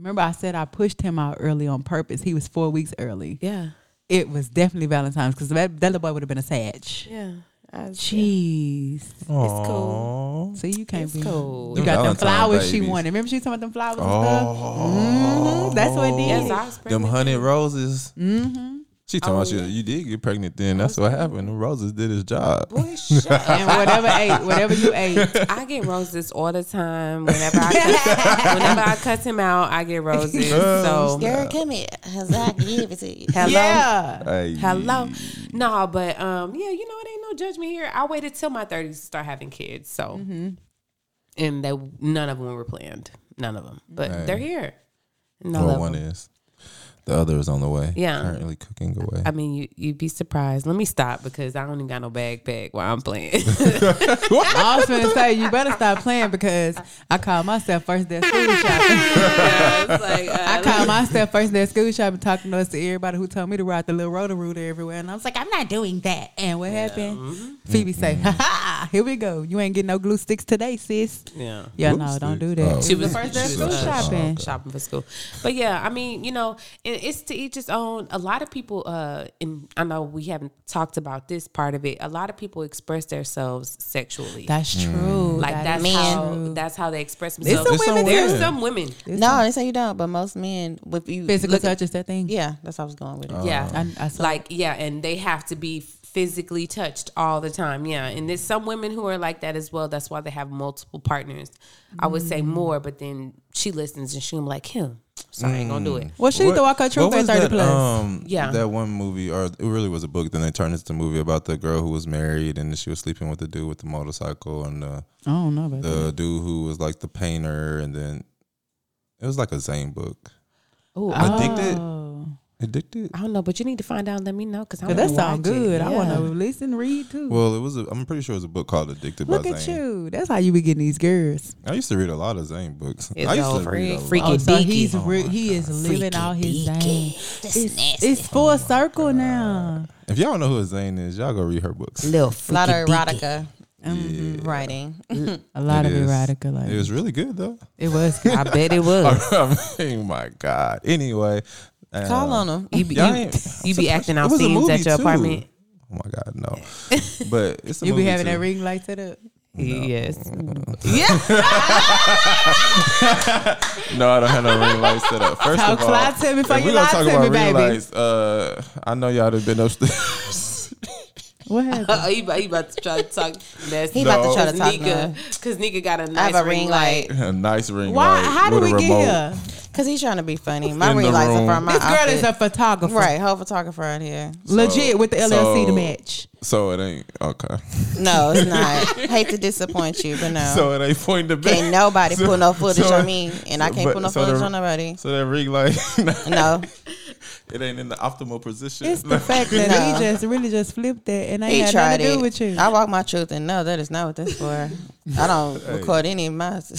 [SPEAKER 6] Remember, I said I pushed him out early on purpose. He was four weeks early.
[SPEAKER 5] Yeah.
[SPEAKER 6] It was definitely Valentine's because that, that little boy would have been a sag.
[SPEAKER 5] Yeah. I was-
[SPEAKER 6] Jeez,
[SPEAKER 5] cool.
[SPEAKER 6] see you can't be.
[SPEAKER 5] cool.
[SPEAKER 6] You got them
[SPEAKER 4] Valentine
[SPEAKER 6] flowers she
[SPEAKER 4] babies.
[SPEAKER 6] wanted. Remember she talking about them flowers
[SPEAKER 4] Oh,
[SPEAKER 5] Mm-hmm.
[SPEAKER 6] and stuff. Mhm, That's what it did.
[SPEAKER 5] Yes, I was
[SPEAKER 4] them
[SPEAKER 5] pregnant.
[SPEAKER 4] honey roses. Mm-hmm. She talking
[SPEAKER 5] Oh,
[SPEAKER 4] about you. You did get pregnant then. That's what happened. The roses did his job.
[SPEAKER 5] Boy, shut up.
[SPEAKER 6] and whatever ate, whatever you
[SPEAKER 4] [laughs]
[SPEAKER 6] ate.
[SPEAKER 5] I get roses all the time. Whenever
[SPEAKER 6] [laughs]
[SPEAKER 5] I cut, whenever I cut him out, I get roses. So
[SPEAKER 4] Oh,
[SPEAKER 3] "Girl, come here, cause I give it to you."
[SPEAKER 5] hello,
[SPEAKER 6] Yeah.
[SPEAKER 4] Hey.
[SPEAKER 5] hello.
[SPEAKER 6] Mm-hmm.
[SPEAKER 5] No, but um, yeah, you know it ain't no judgment here. I waited till my thirties to start having kids. So,
[SPEAKER 6] Mm-hmm.
[SPEAKER 5] and they none of them were planned. None of them, but
[SPEAKER 4] Right.
[SPEAKER 5] they're here. And I
[SPEAKER 4] Well,
[SPEAKER 5] love
[SPEAKER 4] one
[SPEAKER 5] 'em.
[SPEAKER 4] is. The other is on the way.
[SPEAKER 5] Yeah.
[SPEAKER 4] Currently cooking away.
[SPEAKER 5] I mean, you you'd be surprised. Let me stop because I don't even got no backpack while I'm playing. [laughs]
[SPEAKER 6] I was gonna say you better stop playing because I called myself first day of
[SPEAKER 5] [laughs]
[SPEAKER 6] school shopping.
[SPEAKER 5] It's like, uh,
[SPEAKER 6] I called myself first day of school shopping, talking to us to everybody who told me to ride the little rotor rooter everywhere, and I was like, I'm not doing that. And what happened?
[SPEAKER 4] Mm-hmm.
[SPEAKER 6] Phoebe say, "Ha ha! Here we go. You ain't getting no glue sticks today, sis.
[SPEAKER 5] yeah.
[SPEAKER 6] Yeah,
[SPEAKER 4] Glue
[SPEAKER 6] no, don't
[SPEAKER 4] sticks?
[SPEAKER 6] do
[SPEAKER 4] Oh.
[SPEAKER 6] that.
[SPEAKER 4] She
[SPEAKER 6] It was the first day of
[SPEAKER 5] she
[SPEAKER 6] school
[SPEAKER 5] was, uh,
[SPEAKER 6] shopping.
[SPEAKER 5] shopping for school. But yeah, I mean, you know, and, and it's to each his own. A lot of people, uh, and I know we haven't talked about this part of it. A lot of people express themselves sexually.
[SPEAKER 4] Mm.
[SPEAKER 6] That's true.
[SPEAKER 5] like
[SPEAKER 6] That
[SPEAKER 5] that's
[SPEAKER 6] is
[SPEAKER 5] how
[SPEAKER 6] true.
[SPEAKER 5] that's how they express
[SPEAKER 6] There's
[SPEAKER 5] themselves.
[SPEAKER 6] some
[SPEAKER 4] There's some
[SPEAKER 6] women
[SPEAKER 4] women-
[SPEAKER 6] too.
[SPEAKER 5] There's some women.
[SPEAKER 3] No, they say you don't, but most men, if you
[SPEAKER 6] Physical
[SPEAKER 3] look-
[SPEAKER 6] touch is that thing.
[SPEAKER 3] yeah, that's what I was going with. it.
[SPEAKER 5] Yeah.
[SPEAKER 6] I- I saw
[SPEAKER 5] like, yeah, and they have to be physically touched all the time. Yeah. And there's some women who are like that as well. That's why they have multiple partners. I would say more, but then she listens and she'll be like, him. So I ain't gonna
[SPEAKER 4] Mm.
[SPEAKER 5] do it.
[SPEAKER 6] Well, she
[SPEAKER 4] What-
[SPEAKER 6] throw out her truth
[SPEAKER 4] what
[SPEAKER 6] at
[SPEAKER 4] was
[SPEAKER 6] 30
[SPEAKER 4] that,
[SPEAKER 6] plus.
[SPEAKER 4] Um,
[SPEAKER 5] Yeah.
[SPEAKER 4] that one movie, or it really was a book. Then they turned it into a movie about the girl who was married and she was sleeping with the dude with the motorcycle and the
[SPEAKER 6] I don't know about that.
[SPEAKER 4] the dude who was like the painter. And then it was like a Zane book.
[SPEAKER 5] Ooh, I,
[SPEAKER 4] Addicted,
[SPEAKER 6] Oh.
[SPEAKER 4] addicted.
[SPEAKER 5] I don't know, but you need to find out. Let me know because I
[SPEAKER 6] 'Cause
[SPEAKER 5] wanna
[SPEAKER 6] that sound
[SPEAKER 5] watch it.
[SPEAKER 6] good. I want
[SPEAKER 5] Yeah.
[SPEAKER 6] to listen, read too.
[SPEAKER 4] Well, it was. A, I'm pretty sure it was a book called Addicted
[SPEAKER 6] Look
[SPEAKER 4] by
[SPEAKER 6] at
[SPEAKER 4] Zane.
[SPEAKER 6] you. That's how you be getting these girls.
[SPEAKER 4] I used to read a lot of Zane books.
[SPEAKER 5] It's
[SPEAKER 4] [laughs] I used
[SPEAKER 5] all
[SPEAKER 4] to read a
[SPEAKER 5] freak-
[SPEAKER 4] lot.
[SPEAKER 5] freaky.
[SPEAKER 6] Oh, so
[SPEAKER 5] deaky.
[SPEAKER 6] he's
[SPEAKER 5] Oh
[SPEAKER 6] re- he is living out his Zane. It's, it's
[SPEAKER 4] Oh,
[SPEAKER 6] full circle now.
[SPEAKER 4] If y'all don't know who Zane is, y'all go read her books.
[SPEAKER 5] Little
[SPEAKER 3] A lot of
[SPEAKER 5] freaky
[SPEAKER 3] erotica Mm-hmm. writing.
[SPEAKER 6] A lot
[SPEAKER 4] It
[SPEAKER 6] of
[SPEAKER 4] is.
[SPEAKER 6] erotica. Like
[SPEAKER 4] It was really good though. [laughs]
[SPEAKER 6] It was.
[SPEAKER 5] deaky. I bet it was.
[SPEAKER 4] I mean, my God. Anyway, uh,
[SPEAKER 3] Call on them.
[SPEAKER 5] You be,
[SPEAKER 4] Y'all
[SPEAKER 5] you,
[SPEAKER 4] ain't-
[SPEAKER 5] you be acting out
[SPEAKER 4] was a
[SPEAKER 5] scenes
[SPEAKER 4] movie,
[SPEAKER 5] at your
[SPEAKER 4] too.
[SPEAKER 5] apartment.
[SPEAKER 4] Oh my God, no.
[SPEAKER 6] [laughs]
[SPEAKER 4] But it's a
[SPEAKER 6] you be
[SPEAKER 4] movie
[SPEAKER 6] having
[SPEAKER 4] too.
[SPEAKER 6] that ring light set up. Oh,
[SPEAKER 5] Yes.
[SPEAKER 4] No, I don't have no ring lights set up. First
[SPEAKER 6] Talk
[SPEAKER 4] of all,
[SPEAKER 6] fly to me before
[SPEAKER 4] if
[SPEAKER 6] you
[SPEAKER 4] we gonna
[SPEAKER 6] lie
[SPEAKER 4] talk
[SPEAKER 6] to
[SPEAKER 4] about
[SPEAKER 6] me,
[SPEAKER 4] ring
[SPEAKER 6] baby.
[SPEAKER 4] lights, uh, I know y'all done been upstairs.
[SPEAKER 6] What happened?
[SPEAKER 5] Uh, [laughs] he, about, he about to try to [laughs] talk nasty.
[SPEAKER 3] He about to
[SPEAKER 4] No.
[SPEAKER 3] try to talk now.
[SPEAKER 5] Because Nika got a nice
[SPEAKER 3] I have a ring light
[SPEAKER 4] [laughs] a nice ring
[SPEAKER 6] Why?
[SPEAKER 4] light
[SPEAKER 6] How do
[SPEAKER 4] with
[SPEAKER 6] we
[SPEAKER 4] a
[SPEAKER 6] get
[SPEAKER 4] remote.
[SPEAKER 6] here?
[SPEAKER 3] because he's trying to be funny. My
[SPEAKER 4] In the
[SPEAKER 3] ring lights are
[SPEAKER 4] room.
[SPEAKER 3] from my
[SPEAKER 6] This girl is
[SPEAKER 3] outfit.
[SPEAKER 6] a photographer,
[SPEAKER 3] [laughs] right. Whole photographer out here.
[SPEAKER 6] Legit with the LLC to
[SPEAKER 4] so-
[SPEAKER 6] match.
[SPEAKER 4] So it ain't okay.
[SPEAKER 3] No, it's not. Hate to disappoint you, but no.
[SPEAKER 4] [laughs] So it ain't pointing the back.
[SPEAKER 3] can't nobody
[SPEAKER 4] so-
[SPEAKER 3] put no footage
[SPEAKER 4] so-
[SPEAKER 3] on me, and I
[SPEAKER 4] so-
[SPEAKER 3] can't
[SPEAKER 4] but-
[SPEAKER 3] put no
[SPEAKER 4] so
[SPEAKER 3] footage
[SPEAKER 4] the-
[SPEAKER 3] on nobody.
[SPEAKER 4] So that ring light, [laughs]
[SPEAKER 3] No,
[SPEAKER 4] it ain't in the optimal position.
[SPEAKER 6] It's
[SPEAKER 4] [laughs]
[SPEAKER 6] the fact that
[SPEAKER 3] No.
[SPEAKER 6] he just really just flipped it and
[SPEAKER 3] he
[SPEAKER 6] ain't had
[SPEAKER 3] tried
[SPEAKER 6] nothing to
[SPEAKER 3] it.
[SPEAKER 6] do with you.
[SPEAKER 3] I walk my truth, and no, that is not what that's for.
[SPEAKER 4] [laughs]
[SPEAKER 3] I don't record any of my. [laughs]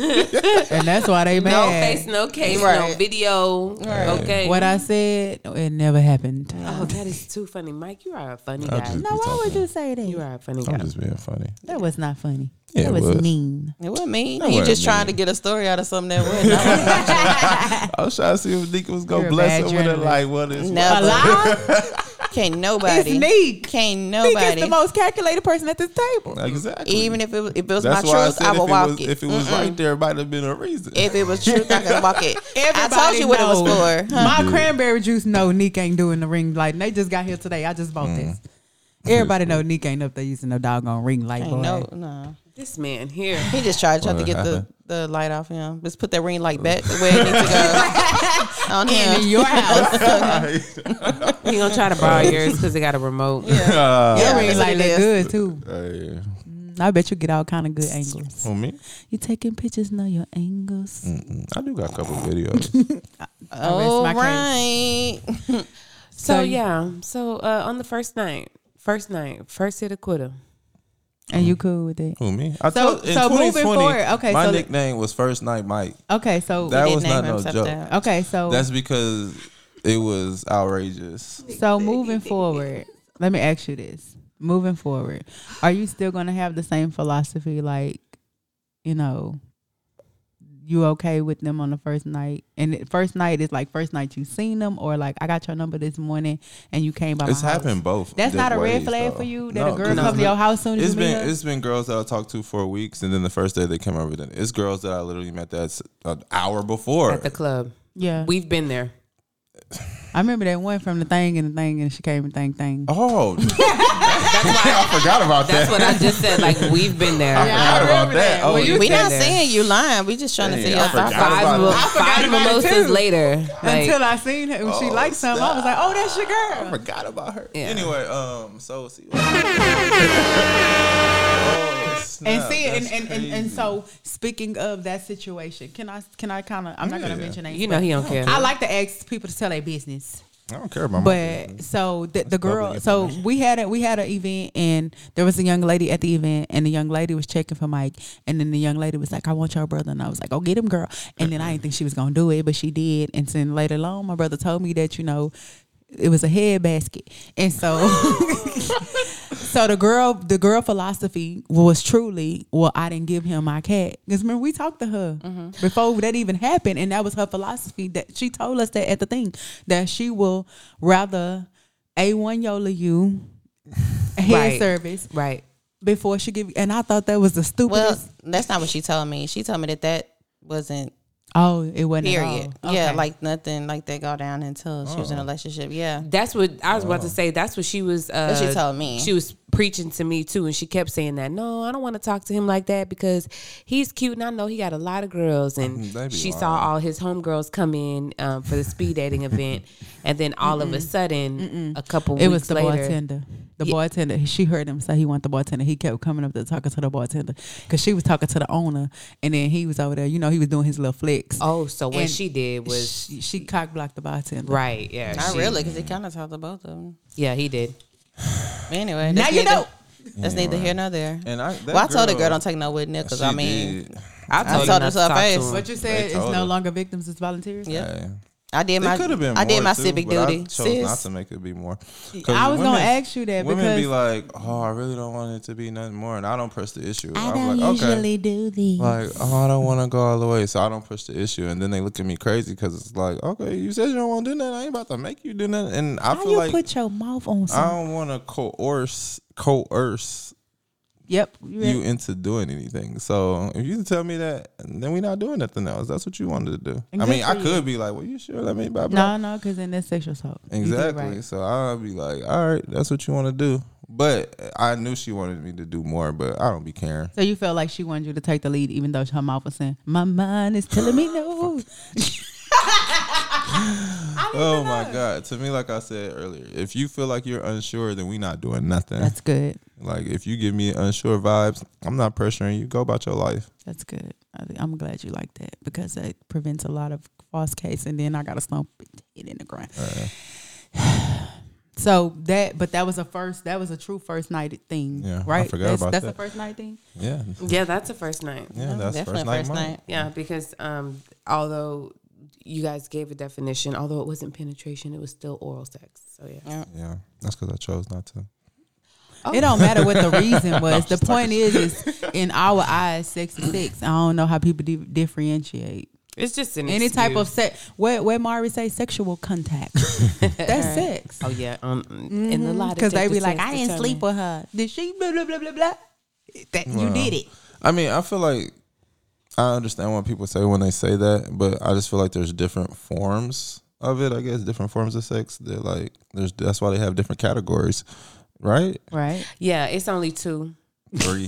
[SPEAKER 6] and that's why they
[SPEAKER 5] No
[SPEAKER 6] mad.
[SPEAKER 5] face, no case, no
[SPEAKER 3] Right.
[SPEAKER 5] video. Okay.
[SPEAKER 6] What I said, it never happened.
[SPEAKER 5] oh, that is too funny. Mike, you are a funny
[SPEAKER 4] I'll
[SPEAKER 5] guy.
[SPEAKER 4] just-
[SPEAKER 6] Now, why would you say that?
[SPEAKER 5] You are a funny
[SPEAKER 4] I'm
[SPEAKER 5] guy.
[SPEAKER 4] just being
[SPEAKER 6] [laughs]
[SPEAKER 4] funny.
[SPEAKER 6] That was not funny.
[SPEAKER 4] Yeah,
[SPEAKER 6] that
[SPEAKER 4] it
[SPEAKER 6] was,
[SPEAKER 4] was.
[SPEAKER 6] mean.
[SPEAKER 3] It wasn't me.
[SPEAKER 4] That
[SPEAKER 3] You
[SPEAKER 4] wasn't
[SPEAKER 3] just
[SPEAKER 4] me.
[SPEAKER 3] trying to get a story out of something that
[SPEAKER 4] [laughs]
[SPEAKER 3] wasn't. I wasn't
[SPEAKER 4] I was trying to see if Nika was gonna
[SPEAKER 6] You're a
[SPEAKER 4] bless
[SPEAKER 6] bad
[SPEAKER 4] her with it.
[SPEAKER 6] journalist.
[SPEAKER 4] Like, what is?
[SPEAKER 3] Never.
[SPEAKER 6] lie?
[SPEAKER 3] Can't nobody.
[SPEAKER 6] It's Neek.
[SPEAKER 3] Can't
[SPEAKER 6] He gets
[SPEAKER 3] nobody.
[SPEAKER 6] the most calculated person at this table.
[SPEAKER 4] Exactly.
[SPEAKER 3] Even if it was, if it was
[SPEAKER 4] That's
[SPEAKER 3] my
[SPEAKER 4] why I
[SPEAKER 3] truth,
[SPEAKER 4] said
[SPEAKER 3] I,
[SPEAKER 4] if
[SPEAKER 3] would
[SPEAKER 4] it
[SPEAKER 3] walk
[SPEAKER 4] was,
[SPEAKER 3] it.
[SPEAKER 4] If it was
[SPEAKER 3] Mm-mm.
[SPEAKER 4] right there, it might have been a reason.
[SPEAKER 3] if it was truth, I
[SPEAKER 4] [laughs]
[SPEAKER 3] could walk it. I told
[SPEAKER 6] Everybody
[SPEAKER 3] you what it was
[SPEAKER 6] knows.
[SPEAKER 3] for. huh?
[SPEAKER 6] My cranberry juice, no, Nick ain't doing the ring light. They just got here today. I just bought this. Everybody know Nick ain't up there using no doggone ring light. Boy.
[SPEAKER 3] Ain't no, no.
[SPEAKER 5] This man here.
[SPEAKER 3] He just tried, tried to get the, the light off him. Just put that ring light back where it needs to [laughs] go on him.
[SPEAKER 6] In your house,
[SPEAKER 4] [laughs]
[SPEAKER 5] He gonna try to borrow yours because they got a remote.
[SPEAKER 4] [laughs] Uh,
[SPEAKER 6] your
[SPEAKER 3] Yeah,
[SPEAKER 6] ring
[SPEAKER 3] that's what
[SPEAKER 6] light
[SPEAKER 3] it
[SPEAKER 6] look
[SPEAKER 3] is.
[SPEAKER 6] good too.
[SPEAKER 4] hey,
[SPEAKER 6] I bet you get all kind of good angles.
[SPEAKER 4] on me,
[SPEAKER 6] You taking pictures, know your angles.
[SPEAKER 4] Mm, I do got a
[SPEAKER 6] [laughs]
[SPEAKER 4] couple videos.
[SPEAKER 3] All
[SPEAKER 6] my case.
[SPEAKER 3] right.
[SPEAKER 5] So,
[SPEAKER 6] So-
[SPEAKER 5] yeah. So uh, on the first night, first night, first hit a quitter.
[SPEAKER 6] And you cool with it?
[SPEAKER 4] Who me? I
[SPEAKER 6] So-
[SPEAKER 4] told, in
[SPEAKER 6] so moving
[SPEAKER 4] 2020,
[SPEAKER 6] forward, okay,
[SPEAKER 4] My
[SPEAKER 6] so the-
[SPEAKER 4] nickname was First Night Mike.
[SPEAKER 6] Okay, so
[SPEAKER 4] That
[SPEAKER 3] Did
[SPEAKER 4] was
[SPEAKER 3] name
[SPEAKER 4] not no
[SPEAKER 3] himself
[SPEAKER 4] joke.
[SPEAKER 3] that.
[SPEAKER 6] okay, so
[SPEAKER 4] That's because it was outrageous.
[SPEAKER 6] So moving forward, let me ask you this. Moving forward, are you still going to have the same philosophy like, you know, you okay with them on the first night? And the first night is like first night you seen them or like I got your number this morning and you came by
[SPEAKER 4] It's
[SPEAKER 6] my house.
[SPEAKER 4] happened both.
[SPEAKER 6] That's not a red
[SPEAKER 4] ways,
[SPEAKER 6] flag
[SPEAKER 4] though.
[SPEAKER 6] for you that a girl
[SPEAKER 4] 'cause
[SPEAKER 6] come
[SPEAKER 4] it's
[SPEAKER 6] to your
[SPEAKER 4] been-
[SPEAKER 6] house soon as
[SPEAKER 4] It's
[SPEAKER 6] you meet
[SPEAKER 4] been
[SPEAKER 6] her?
[SPEAKER 4] it's been girls that I talked to for weeks, and then the first day they came over. Then it's girls that I literally met that s- an hour before.
[SPEAKER 5] At the club.
[SPEAKER 6] Yeah.
[SPEAKER 5] We've been there.
[SPEAKER 6] I remember that one from the thing and the thing and she came and thing thing. [laughs]
[SPEAKER 4] oh, I forgot about
[SPEAKER 5] That's
[SPEAKER 4] [laughs]
[SPEAKER 5] what
[SPEAKER 4] that.
[SPEAKER 5] I just said. Like, we've been there.
[SPEAKER 4] I forgot about that. Oh,
[SPEAKER 6] When you
[SPEAKER 3] We not
[SPEAKER 5] there.
[SPEAKER 3] saying you lying. We just trying to
[SPEAKER 4] Dang,
[SPEAKER 3] see
[SPEAKER 4] I
[SPEAKER 3] your thought
[SPEAKER 4] forgot
[SPEAKER 5] Five,
[SPEAKER 4] about
[SPEAKER 5] mo-
[SPEAKER 4] that.
[SPEAKER 6] I forgot
[SPEAKER 5] five
[SPEAKER 6] about it,
[SPEAKER 5] mimosas
[SPEAKER 6] too.
[SPEAKER 5] later. Like,
[SPEAKER 6] Until I seen her and she
[SPEAKER 4] Oh,
[SPEAKER 6] liked something, I was like, oh, that's your
[SPEAKER 4] I
[SPEAKER 6] girl.
[SPEAKER 4] forgot about her.
[SPEAKER 5] Yeah.
[SPEAKER 4] Anyway, um,
[SPEAKER 6] [laughs]
[SPEAKER 4] so see. Oh,
[SPEAKER 6] and see and, and, and, and so speaking of that situation can i can i kind of i'm not gonna
[SPEAKER 4] Yeah.
[SPEAKER 6] mention names
[SPEAKER 5] you know, he don't care.
[SPEAKER 6] i like to ask people to tell their business
[SPEAKER 4] I don't care about Oh my.
[SPEAKER 6] but so the, the girl so we had a we had an event and there was a young lady at the event and the young lady was checking for mike and then the young lady was like i want your brother and i was like oh get him girl and then i didn't think she was gonna do it but she did and then later on my brother told me that you know it was a head basket, and so
[SPEAKER 4] [laughs]
[SPEAKER 6] so the girl the girl philosophy was truly well I didn't give him my cat because remember we talked to her
[SPEAKER 5] Mm-hmm.
[SPEAKER 6] before that even happened, and that was her philosophy that she told us that at the thing that she will rather a one yola you [laughs] head
[SPEAKER 5] Right.
[SPEAKER 6] service
[SPEAKER 5] Right.
[SPEAKER 6] before she give and I thought that was the
[SPEAKER 3] Well,
[SPEAKER 6] stupidest.
[SPEAKER 3] that's not what she told me. She told me that that wasn't
[SPEAKER 6] oh, it wasn't. at all.
[SPEAKER 3] period. Yeah,
[SPEAKER 6] Okay.
[SPEAKER 3] like nothing like that go down until she was
[SPEAKER 4] Oh.
[SPEAKER 3] in a relationship. Yeah.
[SPEAKER 5] That's what I was about to say. That's what she was. Uh,
[SPEAKER 3] That's what she told me.
[SPEAKER 5] She was preaching to me too, and she kept saying that. No, I don't want to talk to him like that because he's cute, and I know he got a lot of girls. And
[SPEAKER 4] [laughs] They be
[SPEAKER 5] she
[SPEAKER 4] lying.
[SPEAKER 5] saw all his homegirls come in um, for the speed dating
[SPEAKER 4] [laughs]
[SPEAKER 5] event, and then all of a sudden, a couple
[SPEAKER 6] It
[SPEAKER 5] weeks
[SPEAKER 6] was the
[SPEAKER 5] later,
[SPEAKER 6] bartender. The
[SPEAKER 5] Yeah.
[SPEAKER 6] bartender. She heard him say he wanted the bartender. He kept coming up to talking to the bartender because she was talking to the owner, and then he was over there. You know, he was doing his little flicks.
[SPEAKER 5] Oh, so what
[SPEAKER 6] And
[SPEAKER 5] she did was
[SPEAKER 6] she, she cock blocked the bartender.
[SPEAKER 5] right. Yeah,
[SPEAKER 3] Not
[SPEAKER 5] she-
[SPEAKER 3] really, because it kind of talked to both of them.
[SPEAKER 5] Yeah, he did.
[SPEAKER 3] Anyway,
[SPEAKER 6] Now
[SPEAKER 3] that's
[SPEAKER 6] you
[SPEAKER 3] neither-
[SPEAKER 6] know.
[SPEAKER 3] That's neither here nor there.
[SPEAKER 4] And I, that
[SPEAKER 3] well, I told the
[SPEAKER 4] girl
[SPEAKER 3] girl don't take no with Nick, because I
[SPEAKER 4] she
[SPEAKER 3] mean,
[SPEAKER 4] did.
[SPEAKER 5] I
[SPEAKER 3] told
[SPEAKER 5] told,
[SPEAKER 3] her
[SPEAKER 5] her
[SPEAKER 3] to
[SPEAKER 5] to talk
[SPEAKER 3] face.
[SPEAKER 5] to him.
[SPEAKER 6] What you said is
[SPEAKER 4] told
[SPEAKER 6] no
[SPEAKER 4] her.
[SPEAKER 6] longer victims; it's volunteers.
[SPEAKER 3] yeah,
[SPEAKER 4] Hey.
[SPEAKER 3] I did my.
[SPEAKER 4] It could have been.
[SPEAKER 3] I did
[SPEAKER 4] more,
[SPEAKER 3] my
[SPEAKER 4] too,
[SPEAKER 3] civic
[SPEAKER 4] but
[SPEAKER 3] duty.
[SPEAKER 4] I chose not
[SPEAKER 3] Sis.
[SPEAKER 4] to make it be more. 'Cause
[SPEAKER 6] I was gonna
[SPEAKER 4] women-
[SPEAKER 6] ask you that
[SPEAKER 4] Women be
[SPEAKER 6] because
[SPEAKER 4] like, "Oh, I really don't want it to be nothing more," and I don't press the issue. I am like, okay.
[SPEAKER 3] do these.
[SPEAKER 4] Like, oh, I don't want to go all the way, so I don't push the issue, and then they look at me crazy because it's like, okay, you said you don't want to do that. I ain't about to make you do that, and I feel like
[SPEAKER 6] your mouth on
[SPEAKER 4] I don't want to coerce coerce
[SPEAKER 6] Yep. you right.
[SPEAKER 4] you into doing anything. So if you tell me that, then we're not doing nothing else. That's what you wanted to do.
[SPEAKER 6] And
[SPEAKER 4] I
[SPEAKER 6] good
[SPEAKER 4] mean, I
[SPEAKER 6] for
[SPEAKER 4] could be like, "Well, you sure?" Let me blah blah.
[SPEAKER 6] no, no, because then that's sexual assault. You did
[SPEAKER 4] Exactly.
[SPEAKER 6] right.
[SPEAKER 4] So I'll be like, all right, that's what you want to do. But I knew she wanted me to do more, but I don't be caring.
[SPEAKER 6] So you felt like she wanted you to take the lead, even though her mouth was saying, "My mind is telling me no."
[SPEAKER 4] Oh my God. To me, like I said earlier, if you feel like you're unsure, then we not doing nothing.
[SPEAKER 6] That's good.
[SPEAKER 4] like if you give me unsure vibes, I'm not pressuring you. Go about your life.
[SPEAKER 6] That's good. I think, I'm glad you like that because that prevents a lot of false case, and then I got to stomp it in the ground.
[SPEAKER 4] Uh-uh.
[SPEAKER 6] [sighs] so that, but that was a first. That was a true first night thing,
[SPEAKER 4] Yeah, I
[SPEAKER 6] right?
[SPEAKER 4] forgot
[SPEAKER 6] that's
[SPEAKER 4] about
[SPEAKER 6] that's
[SPEAKER 4] that.
[SPEAKER 6] a first night thing.
[SPEAKER 4] Yeah.
[SPEAKER 5] Yeah, that's the first night.
[SPEAKER 4] Yeah. That's
[SPEAKER 3] Definitely
[SPEAKER 4] first night. money.
[SPEAKER 5] Yeah, because um, although you guys gave a definition, although it wasn't penetration, it was still oral sex. So yeah.
[SPEAKER 4] Yeah. That's because I chose not to.
[SPEAKER 6] It don't matter what the
[SPEAKER 4] [laughs]
[SPEAKER 6] reason was. the point is, is in our eyes, sex is sex. I don't know how people di- differentiate
[SPEAKER 5] It's just an
[SPEAKER 6] any type of
[SPEAKER 5] excuse.
[SPEAKER 6] sex. Where where Mari say sexual contact?
[SPEAKER 5] [laughs]
[SPEAKER 6] that's sex.
[SPEAKER 5] Oh yeah, um, in the lot
[SPEAKER 6] Because they be like, I didn't sleep with her. Did she? Blah blah blah blah blah. That you did it.
[SPEAKER 4] I mean, I feel like I understand what people say when they say that, but I just feel like there's different forms of it. I guess different forms of sex. They're like there's that's why they have different categories, right?
[SPEAKER 6] Right.
[SPEAKER 5] Yeah, it's only two.
[SPEAKER 4] Three.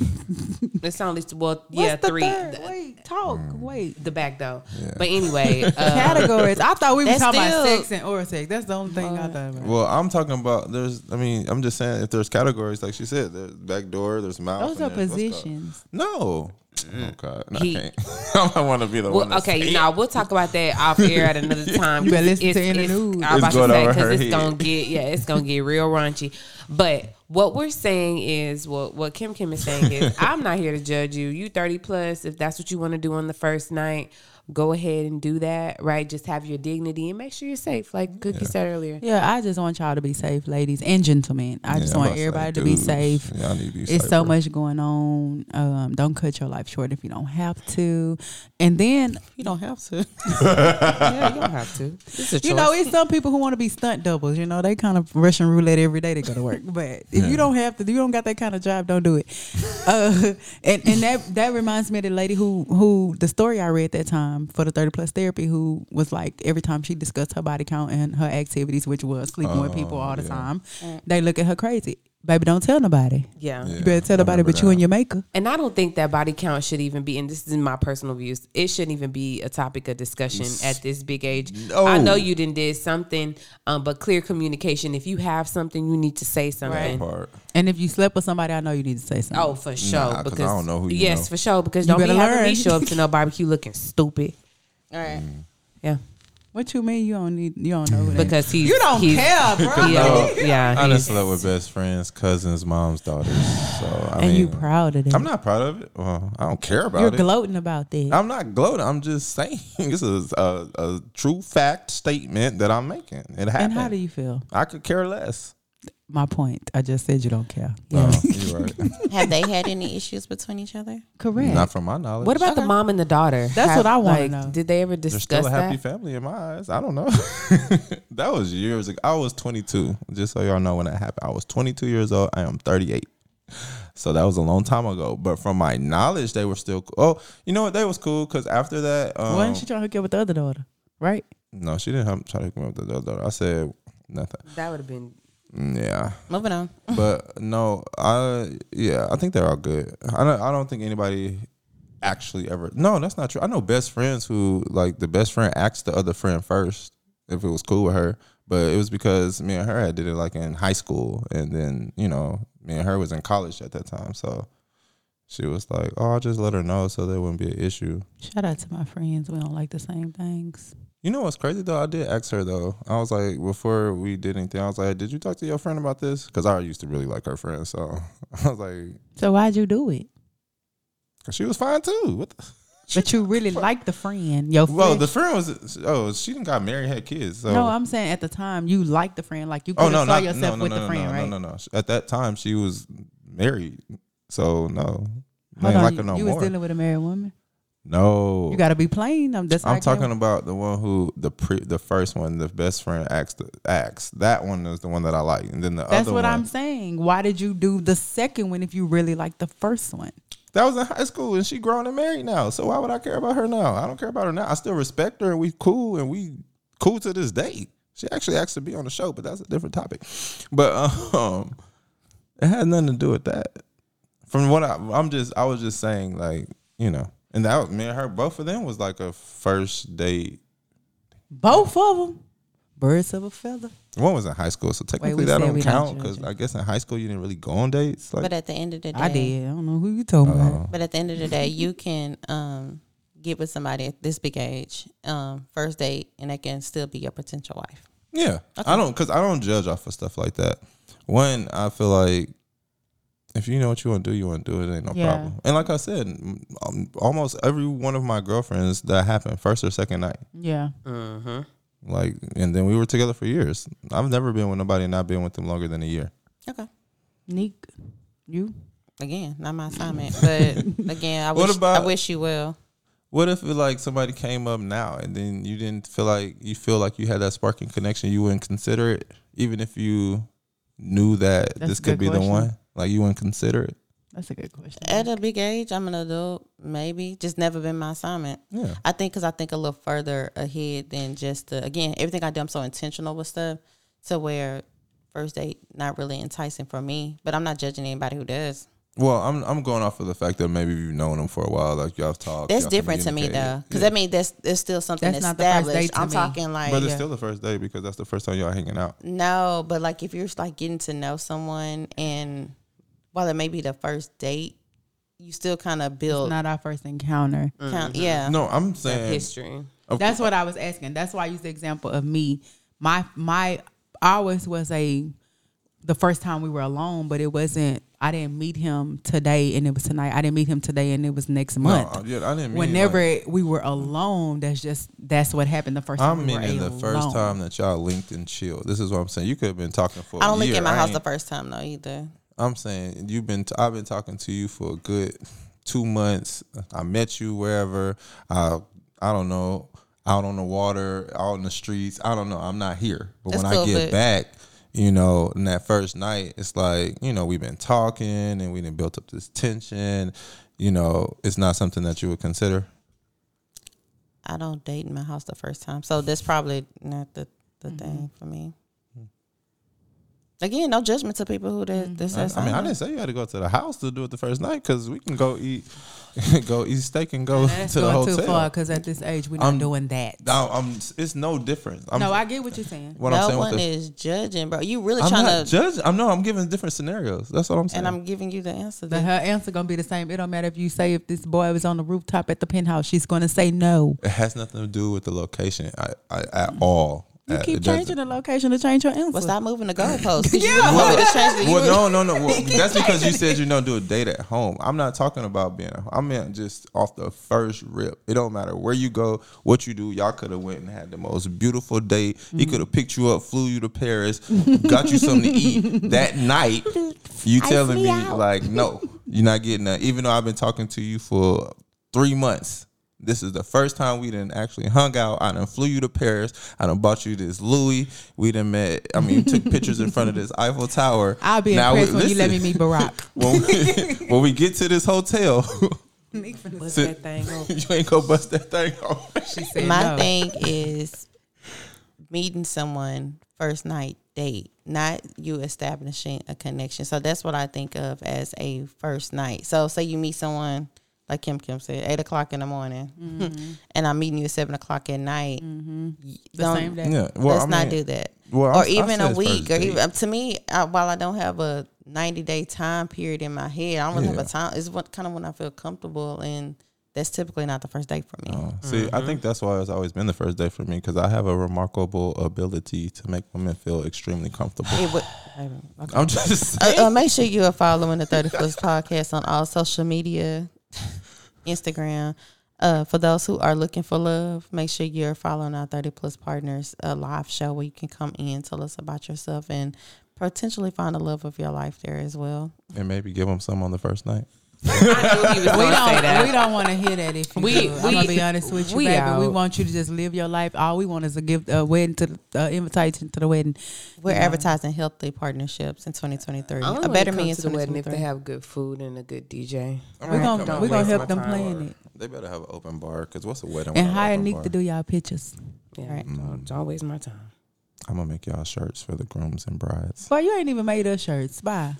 [SPEAKER 5] It's only two, well, yeah,
[SPEAKER 6] the
[SPEAKER 5] three.
[SPEAKER 6] third?
[SPEAKER 5] The,
[SPEAKER 6] Wait, talk.
[SPEAKER 4] Mm.
[SPEAKER 6] Wait.
[SPEAKER 5] the back though.
[SPEAKER 4] Yeah.
[SPEAKER 5] But anyway, uh,
[SPEAKER 6] [laughs] Categories. I thought we were
[SPEAKER 3] That's
[SPEAKER 6] talking about
[SPEAKER 3] still-
[SPEAKER 6] sex and oral sex. That's the only thing I thought about.
[SPEAKER 4] [laughs] well, I'm talking about there's. I mean, I'm just saying if there's categories, like she said, there's back door, there's mouth.
[SPEAKER 6] Those are
[SPEAKER 4] and there's what's called-
[SPEAKER 6] positions.
[SPEAKER 4] No. Oh God, no,
[SPEAKER 5] He-
[SPEAKER 4] I can't. [laughs] I want to be the one.
[SPEAKER 5] well,
[SPEAKER 4] to say
[SPEAKER 5] okay,
[SPEAKER 4] it.
[SPEAKER 5] no, we'll talk about that off air at another time.
[SPEAKER 6] You better listen
[SPEAKER 5] It's-
[SPEAKER 6] to In the
[SPEAKER 5] it's-
[SPEAKER 6] News.
[SPEAKER 5] I'm
[SPEAKER 4] It's
[SPEAKER 5] about to
[SPEAKER 4] going
[SPEAKER 5] say
[SPEAKER 4] over her
[SPEAKER 5] because it's
[SPEAKER 4] head.
[SPEAKER 5] gonna get yeah, it's gonna get real raunchy. But what we're saying is what what Kim Kim is saying is I'm not here to judge you. You 30 plus, if that's what you want to do on the first night, go ahead and do that. Right, just have your dignity and make sure you're safe, like Cookie said earlier.
[SPEAKER 6] Yeah, I just want y'all to be safe, ladies and gentlemen. I just
[SPEAKER 4] Yeah, I'm
[SPEAKER 6] want
[SPEAKER 4] about to say,
[SPEAKER 6] everybody to be
[SPEAKER 4] dudes,
[SPEAKER 6] safe.
[SPEAKER 4] Y'all need to be safe.
[SPEAKER 6] It's so
[SPEAKER 4] bro.
[SPEAKER 6] much going on. Um, don't cut your life short if you don't have to. And then
[SPEAKER 3] You don't have to.
[SPEAKER 5] yeah, you don't have to. It's a choice.
[SPEAKER 6] You know, it's some people who want to be stunt doubles. You know, they kind of Russian roulette every day to go to work. But if you don't have to, you don't got that kind of job, don't do it. Uh, and and that that reminds me of the lady who who the story I read that time for the thirty plus therapy, who was like every time she discussed her body count and her activities, which was sleeping with people all the time, they look at her crazy. Baby, don't tell nobody.
[SPEAKER 5] yeah.
[SPEAKER 4] Yeah,
[SPEAKER 6] You better tell
[SPEAKER 4] I
[SPEAKER 6] nobody,
[SPEAKER 4] remember
[SPEAKER 6] but you
[SPEAKER 4] that.
[SPEAKER 6] and your maker.
[SPEAKER 5] And I don't think that body count should even be, and this is my personal views, it shouldn't even be a topic of discussion at this big age.
[SPEAKER 4] No.
[SPEAKER 5] I know you didn't did something, um, but clear communication. If you have something, you need to say something.
[SPEAKER 4] part.
[SPEAKER 6] And if you slept with somebody, I know you need to say something.
[SPEAKER 5] Oh, for sure.
[SPEAKER 4] 'cause I
[SPEAKER 5] because
[SPEAKER 4] don't know who you
[SPEAKER 5] Yes,
[SPEAKER 4] know.
[SPEAKER 5] for sure. Because
[SPEAKER 6] You
[SPEAKER 5] don't be
[SPEAKER 6] better
[SPEAKER 5] having me
[SPEAKER 6] learn.
[SPEAKER 4] Mm.
[SPEAKER 5] show up to no barbecue looking stupid.
[SPEAKER 3] All right.
[SPEAKER 5] Yeah.
[SPEAKER 6] What you mean you don't need you don't know who that is?
[SPEAKER 5] because he's
[SPEAKER 6] you don't
[SPEAKER 5] he's,
[SPEAKER 6] care, bro.
[SPEAKER 5] he-
[SPEAKER 4] No,
[SPEAKER 5] yeah,
[SPEAKER 4] I just
[SPEAKER 5] he's-
[SPEAKER 4] love with best friends, cousins, moms, daughters. So I
[SPEAKER 6] and
[SPEAKER 4] mean,
[SPEAKER 6] you proud of that.
[SPEAKER 4] I'm not proud of it. Well, I don't care about
[SPEAKER 6] You're
[SPEAKER 4] it.
[SPEAKER 6] gloating about that.
[SPEAKER 4] I'm not gloating. I'm just saying [laughs] this is a, a true fact statement that I'm making. It happened.
[SPEAKER 6] and how do you feel?
[SPEAKER 4] I could
[SPEAKER 6] [laughs]
[SPEAKER 4] care less.
[SPEAKER 6] My point. I just said you don't care.
[SPEAKER 4] No, you're right.
[SPEAKER 3] Have they
[SPEAKER 4] [laughs]
[SPEAKER 3] had any issues between each other?
[SPEAKER 6] Correct.
[SPEAKER 4] Not from my knowledge.
[SPEAKER 5] What about the
[SPEAKER 3] Okay.
[SPEAKER 5] mom and the daughter?
[SPEAKER 6] That's what I wanna know.
[SPEAKER 5] Did they ever
[SPEAKER 4] They're
[SPEAKER 5] discuss
[SPEAKER 4] still a happy
[SPEAKER 5] that?
[SPEAKER 4] family in my eyes. I don't know. [laughs] that was years ago. I was 22. Just so y'all know when that happened, I was 22 years old. I am 38. So that was a long time ago. But from my knowledge, they were still. Oh, you know what? They was cool because after that, um,
[SPEAKER 6] Why didn't she trying to hook you up with the other daughter? Right?
[SPEAKER 4] no, she didn't help try to come up with the other daughter. I said nothing. Mm,
[SPEAKER 5] that would have been.
[SPEAKER 4] Yeah.
[SPEAKER 3] Moving on.
[SPEAKER 4] but no, I yeah, I think they're all good. I don't, I don't think anybody actually ever. No, that's not true. I know best friends who like the best friend asked the other friend first if it was cool with her, but it was because me and her had did it like in high school, and then you know me and her was in college at that time, so she was like, "Oh, I'll just let her know so there wouldn't be an issue."
[SPEAKER 6] Shout out to my friends. We don't like the same things.
[SPEAKER 4] You know what's crazy though? I did ask her though. I was like, before we did anything, I was like, "Did you talk to your friend about this?" Because I used to really like her friend, so [laughs] I was like.
[SPEAKER 6] So why'd you do it?
[SPEAKER 4] Cause she was fine too. What the?
[SPEAKER 6] But you really like the friend. Your
[SPEAKER 4] [laughs] Well,
[SPEAKER 6] friend.
[SPEAKER 4] the friend was. Oh, she didn't got married, had kids. So.
[SPEAKER 6] no, I'm saying at the time you liked the friend. Like you could
[SPEAKER 4] oh
[SPEAKER 6] have
[SPEAKER 4] no,
[SPEAKER 6] saw
[SPEAKER 4] not,
[SPEAKER 6] yourself
[SPEAKER 4] no, no,
[SPEAKER 6] with
[SPEAKER 4] no,
[SPEAKER 6] the
[SPEAKER 4] no,
[SPEAKER 6] friend,
[SPEAKER 4] no,
[SPEAKER 6] right?
[SPEAKER 4] no, no, no. At that time, she was married. So no, I
[SPEAKER 6] Hold
[SPEAKER 4] ain't
[SPEAKER 6] on,
[SPEAKER 4] like
[SPEAKER 6] you,
[SPEAKER 4] her no
[SPEAKER 6] you
[SPEAKER 4] more.
[SPEAKER 6] was dealing with a married woman.
[SPEAKER 4] no,
[SPEAKER 6] You got to be plain. I'm just.
[SPEAKER 4] I'm talking about the one who the pre, the first one, the best friend asked asked. That one is the one that I like, and then the
[SPEAKER 6] That's
[SPEAKER 4] other
[SPEAKER 6] what
[SPEAKER 4] one,
[SPEAKER 6] I'm saying. Why did you do the second one if you really like the first one?
[SPEAKER 4] That was in high school, and she grown and married now. So why would I care about her now? I don't care about her now. I still respect her, and we cool, and we cool to this day. She actually asked to be on the show, but that's a different topic. But um, it had nothing to do with that. From what I, I'm just, I was just saying, like you know, and that was- me and her, both of them was like a first date.
[SPEAKER 6] Both of them. Birds of a feather.
[SPEAKER 4] One was in high school, so technically
[SPEAKER 6] we
[SPEAKER 4] that
[SPEAKER 6] said
[SPEAKER 4] don't
[SPEAKER 6] we not
[SPEAKER 4] count because
[SPEAKER 6] judging.
[SPEAKER 4] I guess in high school you didn't really go on dates. Like uh,
[SPEAKER 3] But at the end of the day,
[SPEAKER 6] I did. I don't know who you talking
[SPEAKER 4] Oh,
[SPEAKER 6] about.
[SPEAKER 3] But at the end of the day, you can um, get with somebody at this big age, um, first date, and they can still be your potential wife.
[SPEAKER 4] Yeah, I don't because I don't judge off of stuff like that. One, I feel like if you know what you want to do, you want to do it. Ain't no
[SPEAKER 6] Yeah.
[SPEAKER 4] problem. And like I said, m- um, almost every one of my girlfriends that happened first or second night.
[SPEAKER 6] Yeah.
[SPEAKER 5] mm-hmm,
[SPEAKER 4] Like, and then we were together for years. I've never been with nobody and not been with them longer than a year.
[SPEAKER 3] Okay.
[SPEAKER 6] Neek, you.
[SPEAKER 3] Again, not
[SPEAKER 4] [laughs]
[SPEAKER 3] my assignment, but again, I
[SPEAKER 4] What
[SPEAKER 3] wish
[SPEAKER 4] about-
[SPEAKER 3] I wish you well.
[SPEAKER 4] What if like somebody came up now and then you didn't feel like you feel like you had that sparking connection? You wouldn't consider it, even if you knew that
[SPEAKER 6] That's
[SPEAKER 4] this
[SPEAKER 6] a
[SPEAKER 4] could
[SPEAKER 6] good
[SPEAKER 4] be the
[SPEAKER 6] question.
[SPEAKER 4] one. Like you wouldn't consider it.
[SPEAKER 6] That's a good question.
[SPEAKER 3] At a big age, I'm an adult, maybe just never been my assignment.
[SPEAKER 4] Yeah.
[SPEAKER 3] I think because I think a little further ahead than just the again everything I do. I'm so intentional with stuff to where first date not really enticing for me, but I'm not judging anybody who does.
[SPEAKER 4] Well, I'm I'm going off of the fact that maybe you've known them for a while, like y'all have talked.
[SPEAKER 3] That's
[SPEAKER 4] y'all
[SPEAKER 3] different to me
[SPEAKER 4] communicated.
[SPEAKER 3] though, because
[SPEAKER 4] Yeah.
[SPEAKER 3] I mean that's that's still something
[SPEAKER 6] That's not the first
[SPEAKER 3] established.
[SPEAKER 6] date to
[SPEAKER 3] I'm
[SPEAKER 6] me.
[SPEAKER 3] talking like
[SPEAKER 4] but it's
[SPEAKER 3] yeah.
[SPEAKER 4] still the first day because that's the first time y'all hanging out.
[SPEAKER 3] no, but like if you're just, like getting to know someone, and while it may be the first date, you still kind of build,
[SPEAKER 6] Not our first encounter.
[SPEAKER 3] count, yeah.
[SPEAKER 4] Mm-hmm. No, I'm saying
[SPEAKER 5] History.
[SPEAKER 6] That's what I was asking. That's why I used the example of me. My my ours was a the first time we were alone, but it wasn't. I didn't meet him today, and it was tonight. I didn't meet him today, and it was next month.
[SPEAKER 4] uh, yeah, I didn't mean,
[SPEAKER 6] Whenever
[SPEAKER 4] like-
[SPEAKER 6] we were alone, that's just that's what happened the first time.
[SPEAKER 4] I'm
[SPEAKER 6] we were
[SPEAKER 4] meaning the first
[SPEAKER 6] alone.
[SPEAKER 4] time that y'all linked and chilled. This is what I'm saying. You could have been talking for.
[SPEAKER 3] I
[SPEAKER 4] a
[SPEAKER 3] don't
[SPEAKER 4] year.
[SPEAKER 3] link in my
[SPEAKER 4] I
[SPEAKER 3] house
[SPEAKER 4] ain't-
[SPEAKER 3] the first time though either.
[SPEAKER 4] I'm saying you've been. T- I've been talking to you for a good two months. I met you wherever. I I don't know. Out on the water, out in the streets. I don't know. I'm not here. But
[SPEAKER 3] That's
[SPEAKER 4] when I
[SPEAKER 3] cool,
[SPEAKER 4] get
[SPEAKER 3] but-
[SPEAKER 4] back, you know, in that first night, it's like you know we've been talking and we didn't built up this tension. You know, it's not something that you would consider.
[SPEAKER 3] I don't date in my house Mm-hmm.
[SPEAKER 4] Hmm.
[SPEAKER 3] the first time, so that's probably not the the thing for me. Again, no judgment to people who that, that says
[SPEAKER 4] I, I mean, I
[SPEAKER 3] something.
[SPEAKER 4] didn't say you had to go to the house to do it the first night because we can go eat, [laughs] go eat steak and go
[SPEAKER 6] That's
[SPEAKER 4] to the
[SPEAKER 6] going too far
[SPEAKER 4] hotel.
[SPEAKER 6] because at this age we're not
[SPEAKER 4] I'm-
[SPEAKER 6] doing that.
[SPEAKER 4] No, I'm, it's no difference. I'm,
[SPEAKER 6] no, I get what you're saying.
[SPEAKER 4] what I'm
[SPEAKER 3] no
[SPEAKER 4] saying with
[SPEAKER 3] one
[SPEAKER 4] the-
[SPEAKER 3] is judging, bro. You really
[SPEAKER 4] I'm
[SPEAKER 3] trying
[SPEAKER 4] not
[SPEAKER 3] to,
[SPEAKER 4] judging. I'm no. I'm giving different scenarios. That's what I'm saying.
[SPEAKER 3] and I'm giving you the answer.
[SPEAKER 6] But
[SPEAKER 3] That,
[SPEAKER 6] her answer gonna be the same. It don't matter if you say if this boy was on the rooftop at the penthouse, she's gonna say no.
[SPEAKER 4] it has nothing to do with the location I, I,
[SPEAKER 3] Mm.
[SPEAKER 4] at all.
[SPEAKER 6] You
[SPEAKER 4] Uh,
[SPEAKER 6] keep
[SPEAKER 4] it
[SPEAKER 6] changing
[SPEAKER 4] doesn't-
[SPEAKER 6] the location to change your answer.
[SPEAKER 3] well, stop [laughs] moving the goalposts. yeah. You really want me to change the, you really-
[SPEAKER 4] Well, no, no, no. Well, that's [laughs] because you said you don't do a date at home. I'm not talking about being. I meant just off the first rip. It don't matter where you go, what you do. Y'all could have went and had the most beautiful date. He could have picked you up, flew you to Paris, got you something to [laughs] eat that night. You telling me like, no, you're not getting that. Even though I've been talking to you for three months. This is the first time we didn't actually hung out. I done flew you to Paris. I done bought you this Louis. We done met. I mean, took pictures in front of this Eiffel Tower.
[SPEAKER 6] I'll be
[SPEAKER 4] Now we-
[SPEAKER 6] impressed when you let me
[SPEAKER 5] [laughs]
[SPEAKER 6] meet
[SPEAKER 4] listen,
[SPEAKER 6] Barack.
[SPEAKER 4] [laughs] When
[SPEAKER 6] [laughs]
[SPEAKER 4] we, when we get to this hotel,
[SPEAKER 5] What's
[SPEAKER 4] So-
[SPEAKER 5] that thing? Oh,
[SPEAKER 4] [laughs] you ain't gonna bust that thing off.
[SPEAKER 6] she said
[SPEAKER 3] My
[SPEAKER 6] no.
[SPEAKER 3] thing is meeting someone first night date, not you establishing a connection. So that's what I think of as a first night. So say you meet someone like Kim Kim said, eight o'clock in the morning, [laughs] and I'm meeting you at seven o'clock at night. y-
[SPEAKER 6] Mm-hmm. the
[SPEAKER 3] don't-
[SPEAKER 6] same day.
[SPEAKER 4] [laughs] Yeah. Well,
[SPEAKER 3] let's
[SPEAKER 4] I
[SPEAKER 3] not
[SPEAKER 4] mean,
[SPEAKER 3] do that.
[SPEAKER 4] well, I-
[SPEAKER 3] or
[SPEAKER 4] I
[SPEAKER 3] even a
[SPEAKER 4] said
[SPEAKER 3] week,
[SPEAKER 4] first
[SPEAKER 3] or
[SPEAKER 4] date.
[SPEAKER 3] even uh, to me, I, while I don't have a ninety day time period in my head, I don't really
[SPEAKER 4] Yeah.
[SPEAKER 3] have a time. It's what kind of when I feel comfortable, and that's typically not the first date for me.
[SPEAKER 4] See, I
[SPEAKER 3] Mm-hmm.
[SPEAKER 4] think that's why it's always been the first day for me because I have a remarkable ability to make women feel extremely comfortable.
[SPEAKER 3] It
[SPEAKER 4] [laughs]
[SPEAKER 3] would. okay.
[SPEAKER 4] I'm just
[SPEAKER 3] uh, uh, make sure you are following the 30 Plus podcast on all social media, Instagram. Uh, for those who are looking for love, make sure you're following our 30 Plus Partners uh, live show where you can come in, tell us about yourself, and potentially find the love of your life there as well.
[SPEAKER 4] and maybe give them some on the first night.
[SPEAKER 5] I knew he was
[SPEAKER 6] We
[SPEAKER 5] going to say
[SPEAKER 6] don't, we
[SPEAKER 5] that.
[SPEAKER 6] don't want to hear that. If you
[SPEAKER 5] We-
[SPEAKER 6] we, do. I'm
[SPEAKER 5] we-
[SPEAKER 6] gonna be honest with you,
[SPEAKER 5] we
[SPEAKER 6] baby. We
[SPEAKER 5] out.
[SPEAKER 6] want you to just live your life. All we want is a gift, a wedding to the uh, invitation to the wedding.
[SPEAKER 3] We're advertising healthy partnerships in 2023.
[SPEAKER 5] I only
[SPEAKER 3] a better
[SPEAKER 5] wanna
[SPEAKER 3] me
[SPEAKER 5] come
[SPEAKER 3] in
[SPEAKER 5] to the wedding if they
[SPEAKER 3] 2023.
[SPEAKER 5] have good food and a good DJ.
[SPEAKER 6] We're gonna
[SPEAKER 5] don't
[SPEAKER 6] we're gonna
[SPEAKER 5] waste
[SPEAKER 6] help them plan it
[SPEAKER 4] They better have an open bar because what's a wedding?
[SPEAKER 6] and
[SPEAKER 4] without
[SPEAKER 6] hire
[SPEAKER 4] open
[SPEAKER 6] Nick
[SPEAKER 4] bar?
[SPEAKER 6] to do y'all pictures.
[SPEAKER 5] Yeah,
[SPEAKER 3] Right.
[SPEAKER 5] don't, don't waste my time.
[SPEAKER 4] I'm gonna make y'all shirts for the grooms and brides.
[SPEAKER 6] Boy, you ain't even made us shirts.
[SPEAKER 5] [laughs]
[SPEAKER 6] Bye.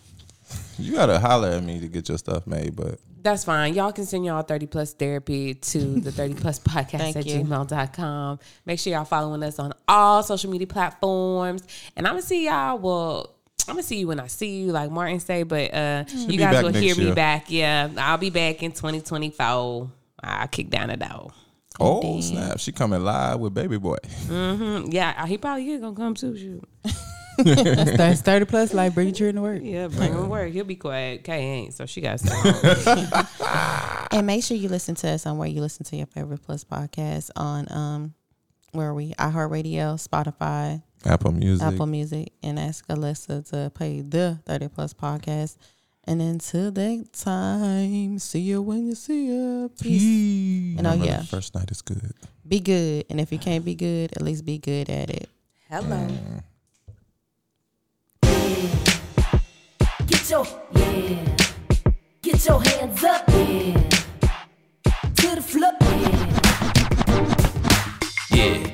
[SPEAKER 4] You gotta holler at me to get your stuff made, but
[SPEAKER 5] That's fine. Y'all can send y'all 30 plus therapy to [laughs] the 30 plus podcast
[SPEAKER 3] Thank
[SPEAKER 5] at
[SPEAKER 3] you.
[SPEAKER 5] gmail.com. Make sure y'all following us on all social media platforms. And I'm gonna see y'all. Well, I'm gonna see you when I see you, like Martin say, but uh you
[SPEAKER 4] be
[SPEAKER 5] guys
[SPEAKER 4] back
[SPEAKER 5] will
[SPEAKER 4] next
[SPEAKER 5] hear me
[SPEAKER 4] year.
[SPEAKER 5] back. Yeah. I'll be back in 2024. I'll kick down a dog.
[SPEAKER 4] oh
[SPEAKER 3] Damn.
[SPEAKER 4] snap, she coming live with baby boy.
[SPEAKER 5] Mm, Yeah, he probably is gonna come too. Shoot.
[SPEAKER 6] That's, that's thirty plus. Like bring your children to work.
[SPEAKER 5] Yeah, bring him to work. He'll be quiet. Kay ain't, so she got some.
[SPEAKER 3] And make sure you listen to us on where you listen to your favorite Plus podcast on, um, where are we? iHeartRadio, Spotify,
[SPEAKER 4] Apple Music.
[SPEAKER 3] Apple Music and ask Alexa to play the 30 Plus podcast. And until that time, see you when you see ya. Peace.
[SPEAKER 4] Peace.
[SPEAKER 3] And oh,
[SPEAKER 4] Remember,
[SPEAKER 3] yeah.
[SPEAKER 4] the first night is good.
[SPEAKER 3] Be good. And if you can't be good, at least be good at it.
[SPEAKER 5] Hello.
[SPEAKER 1] Get your yeah. Get your hands up, yeah. To the floor, yeah.
[SPEAKER 2] Yeah.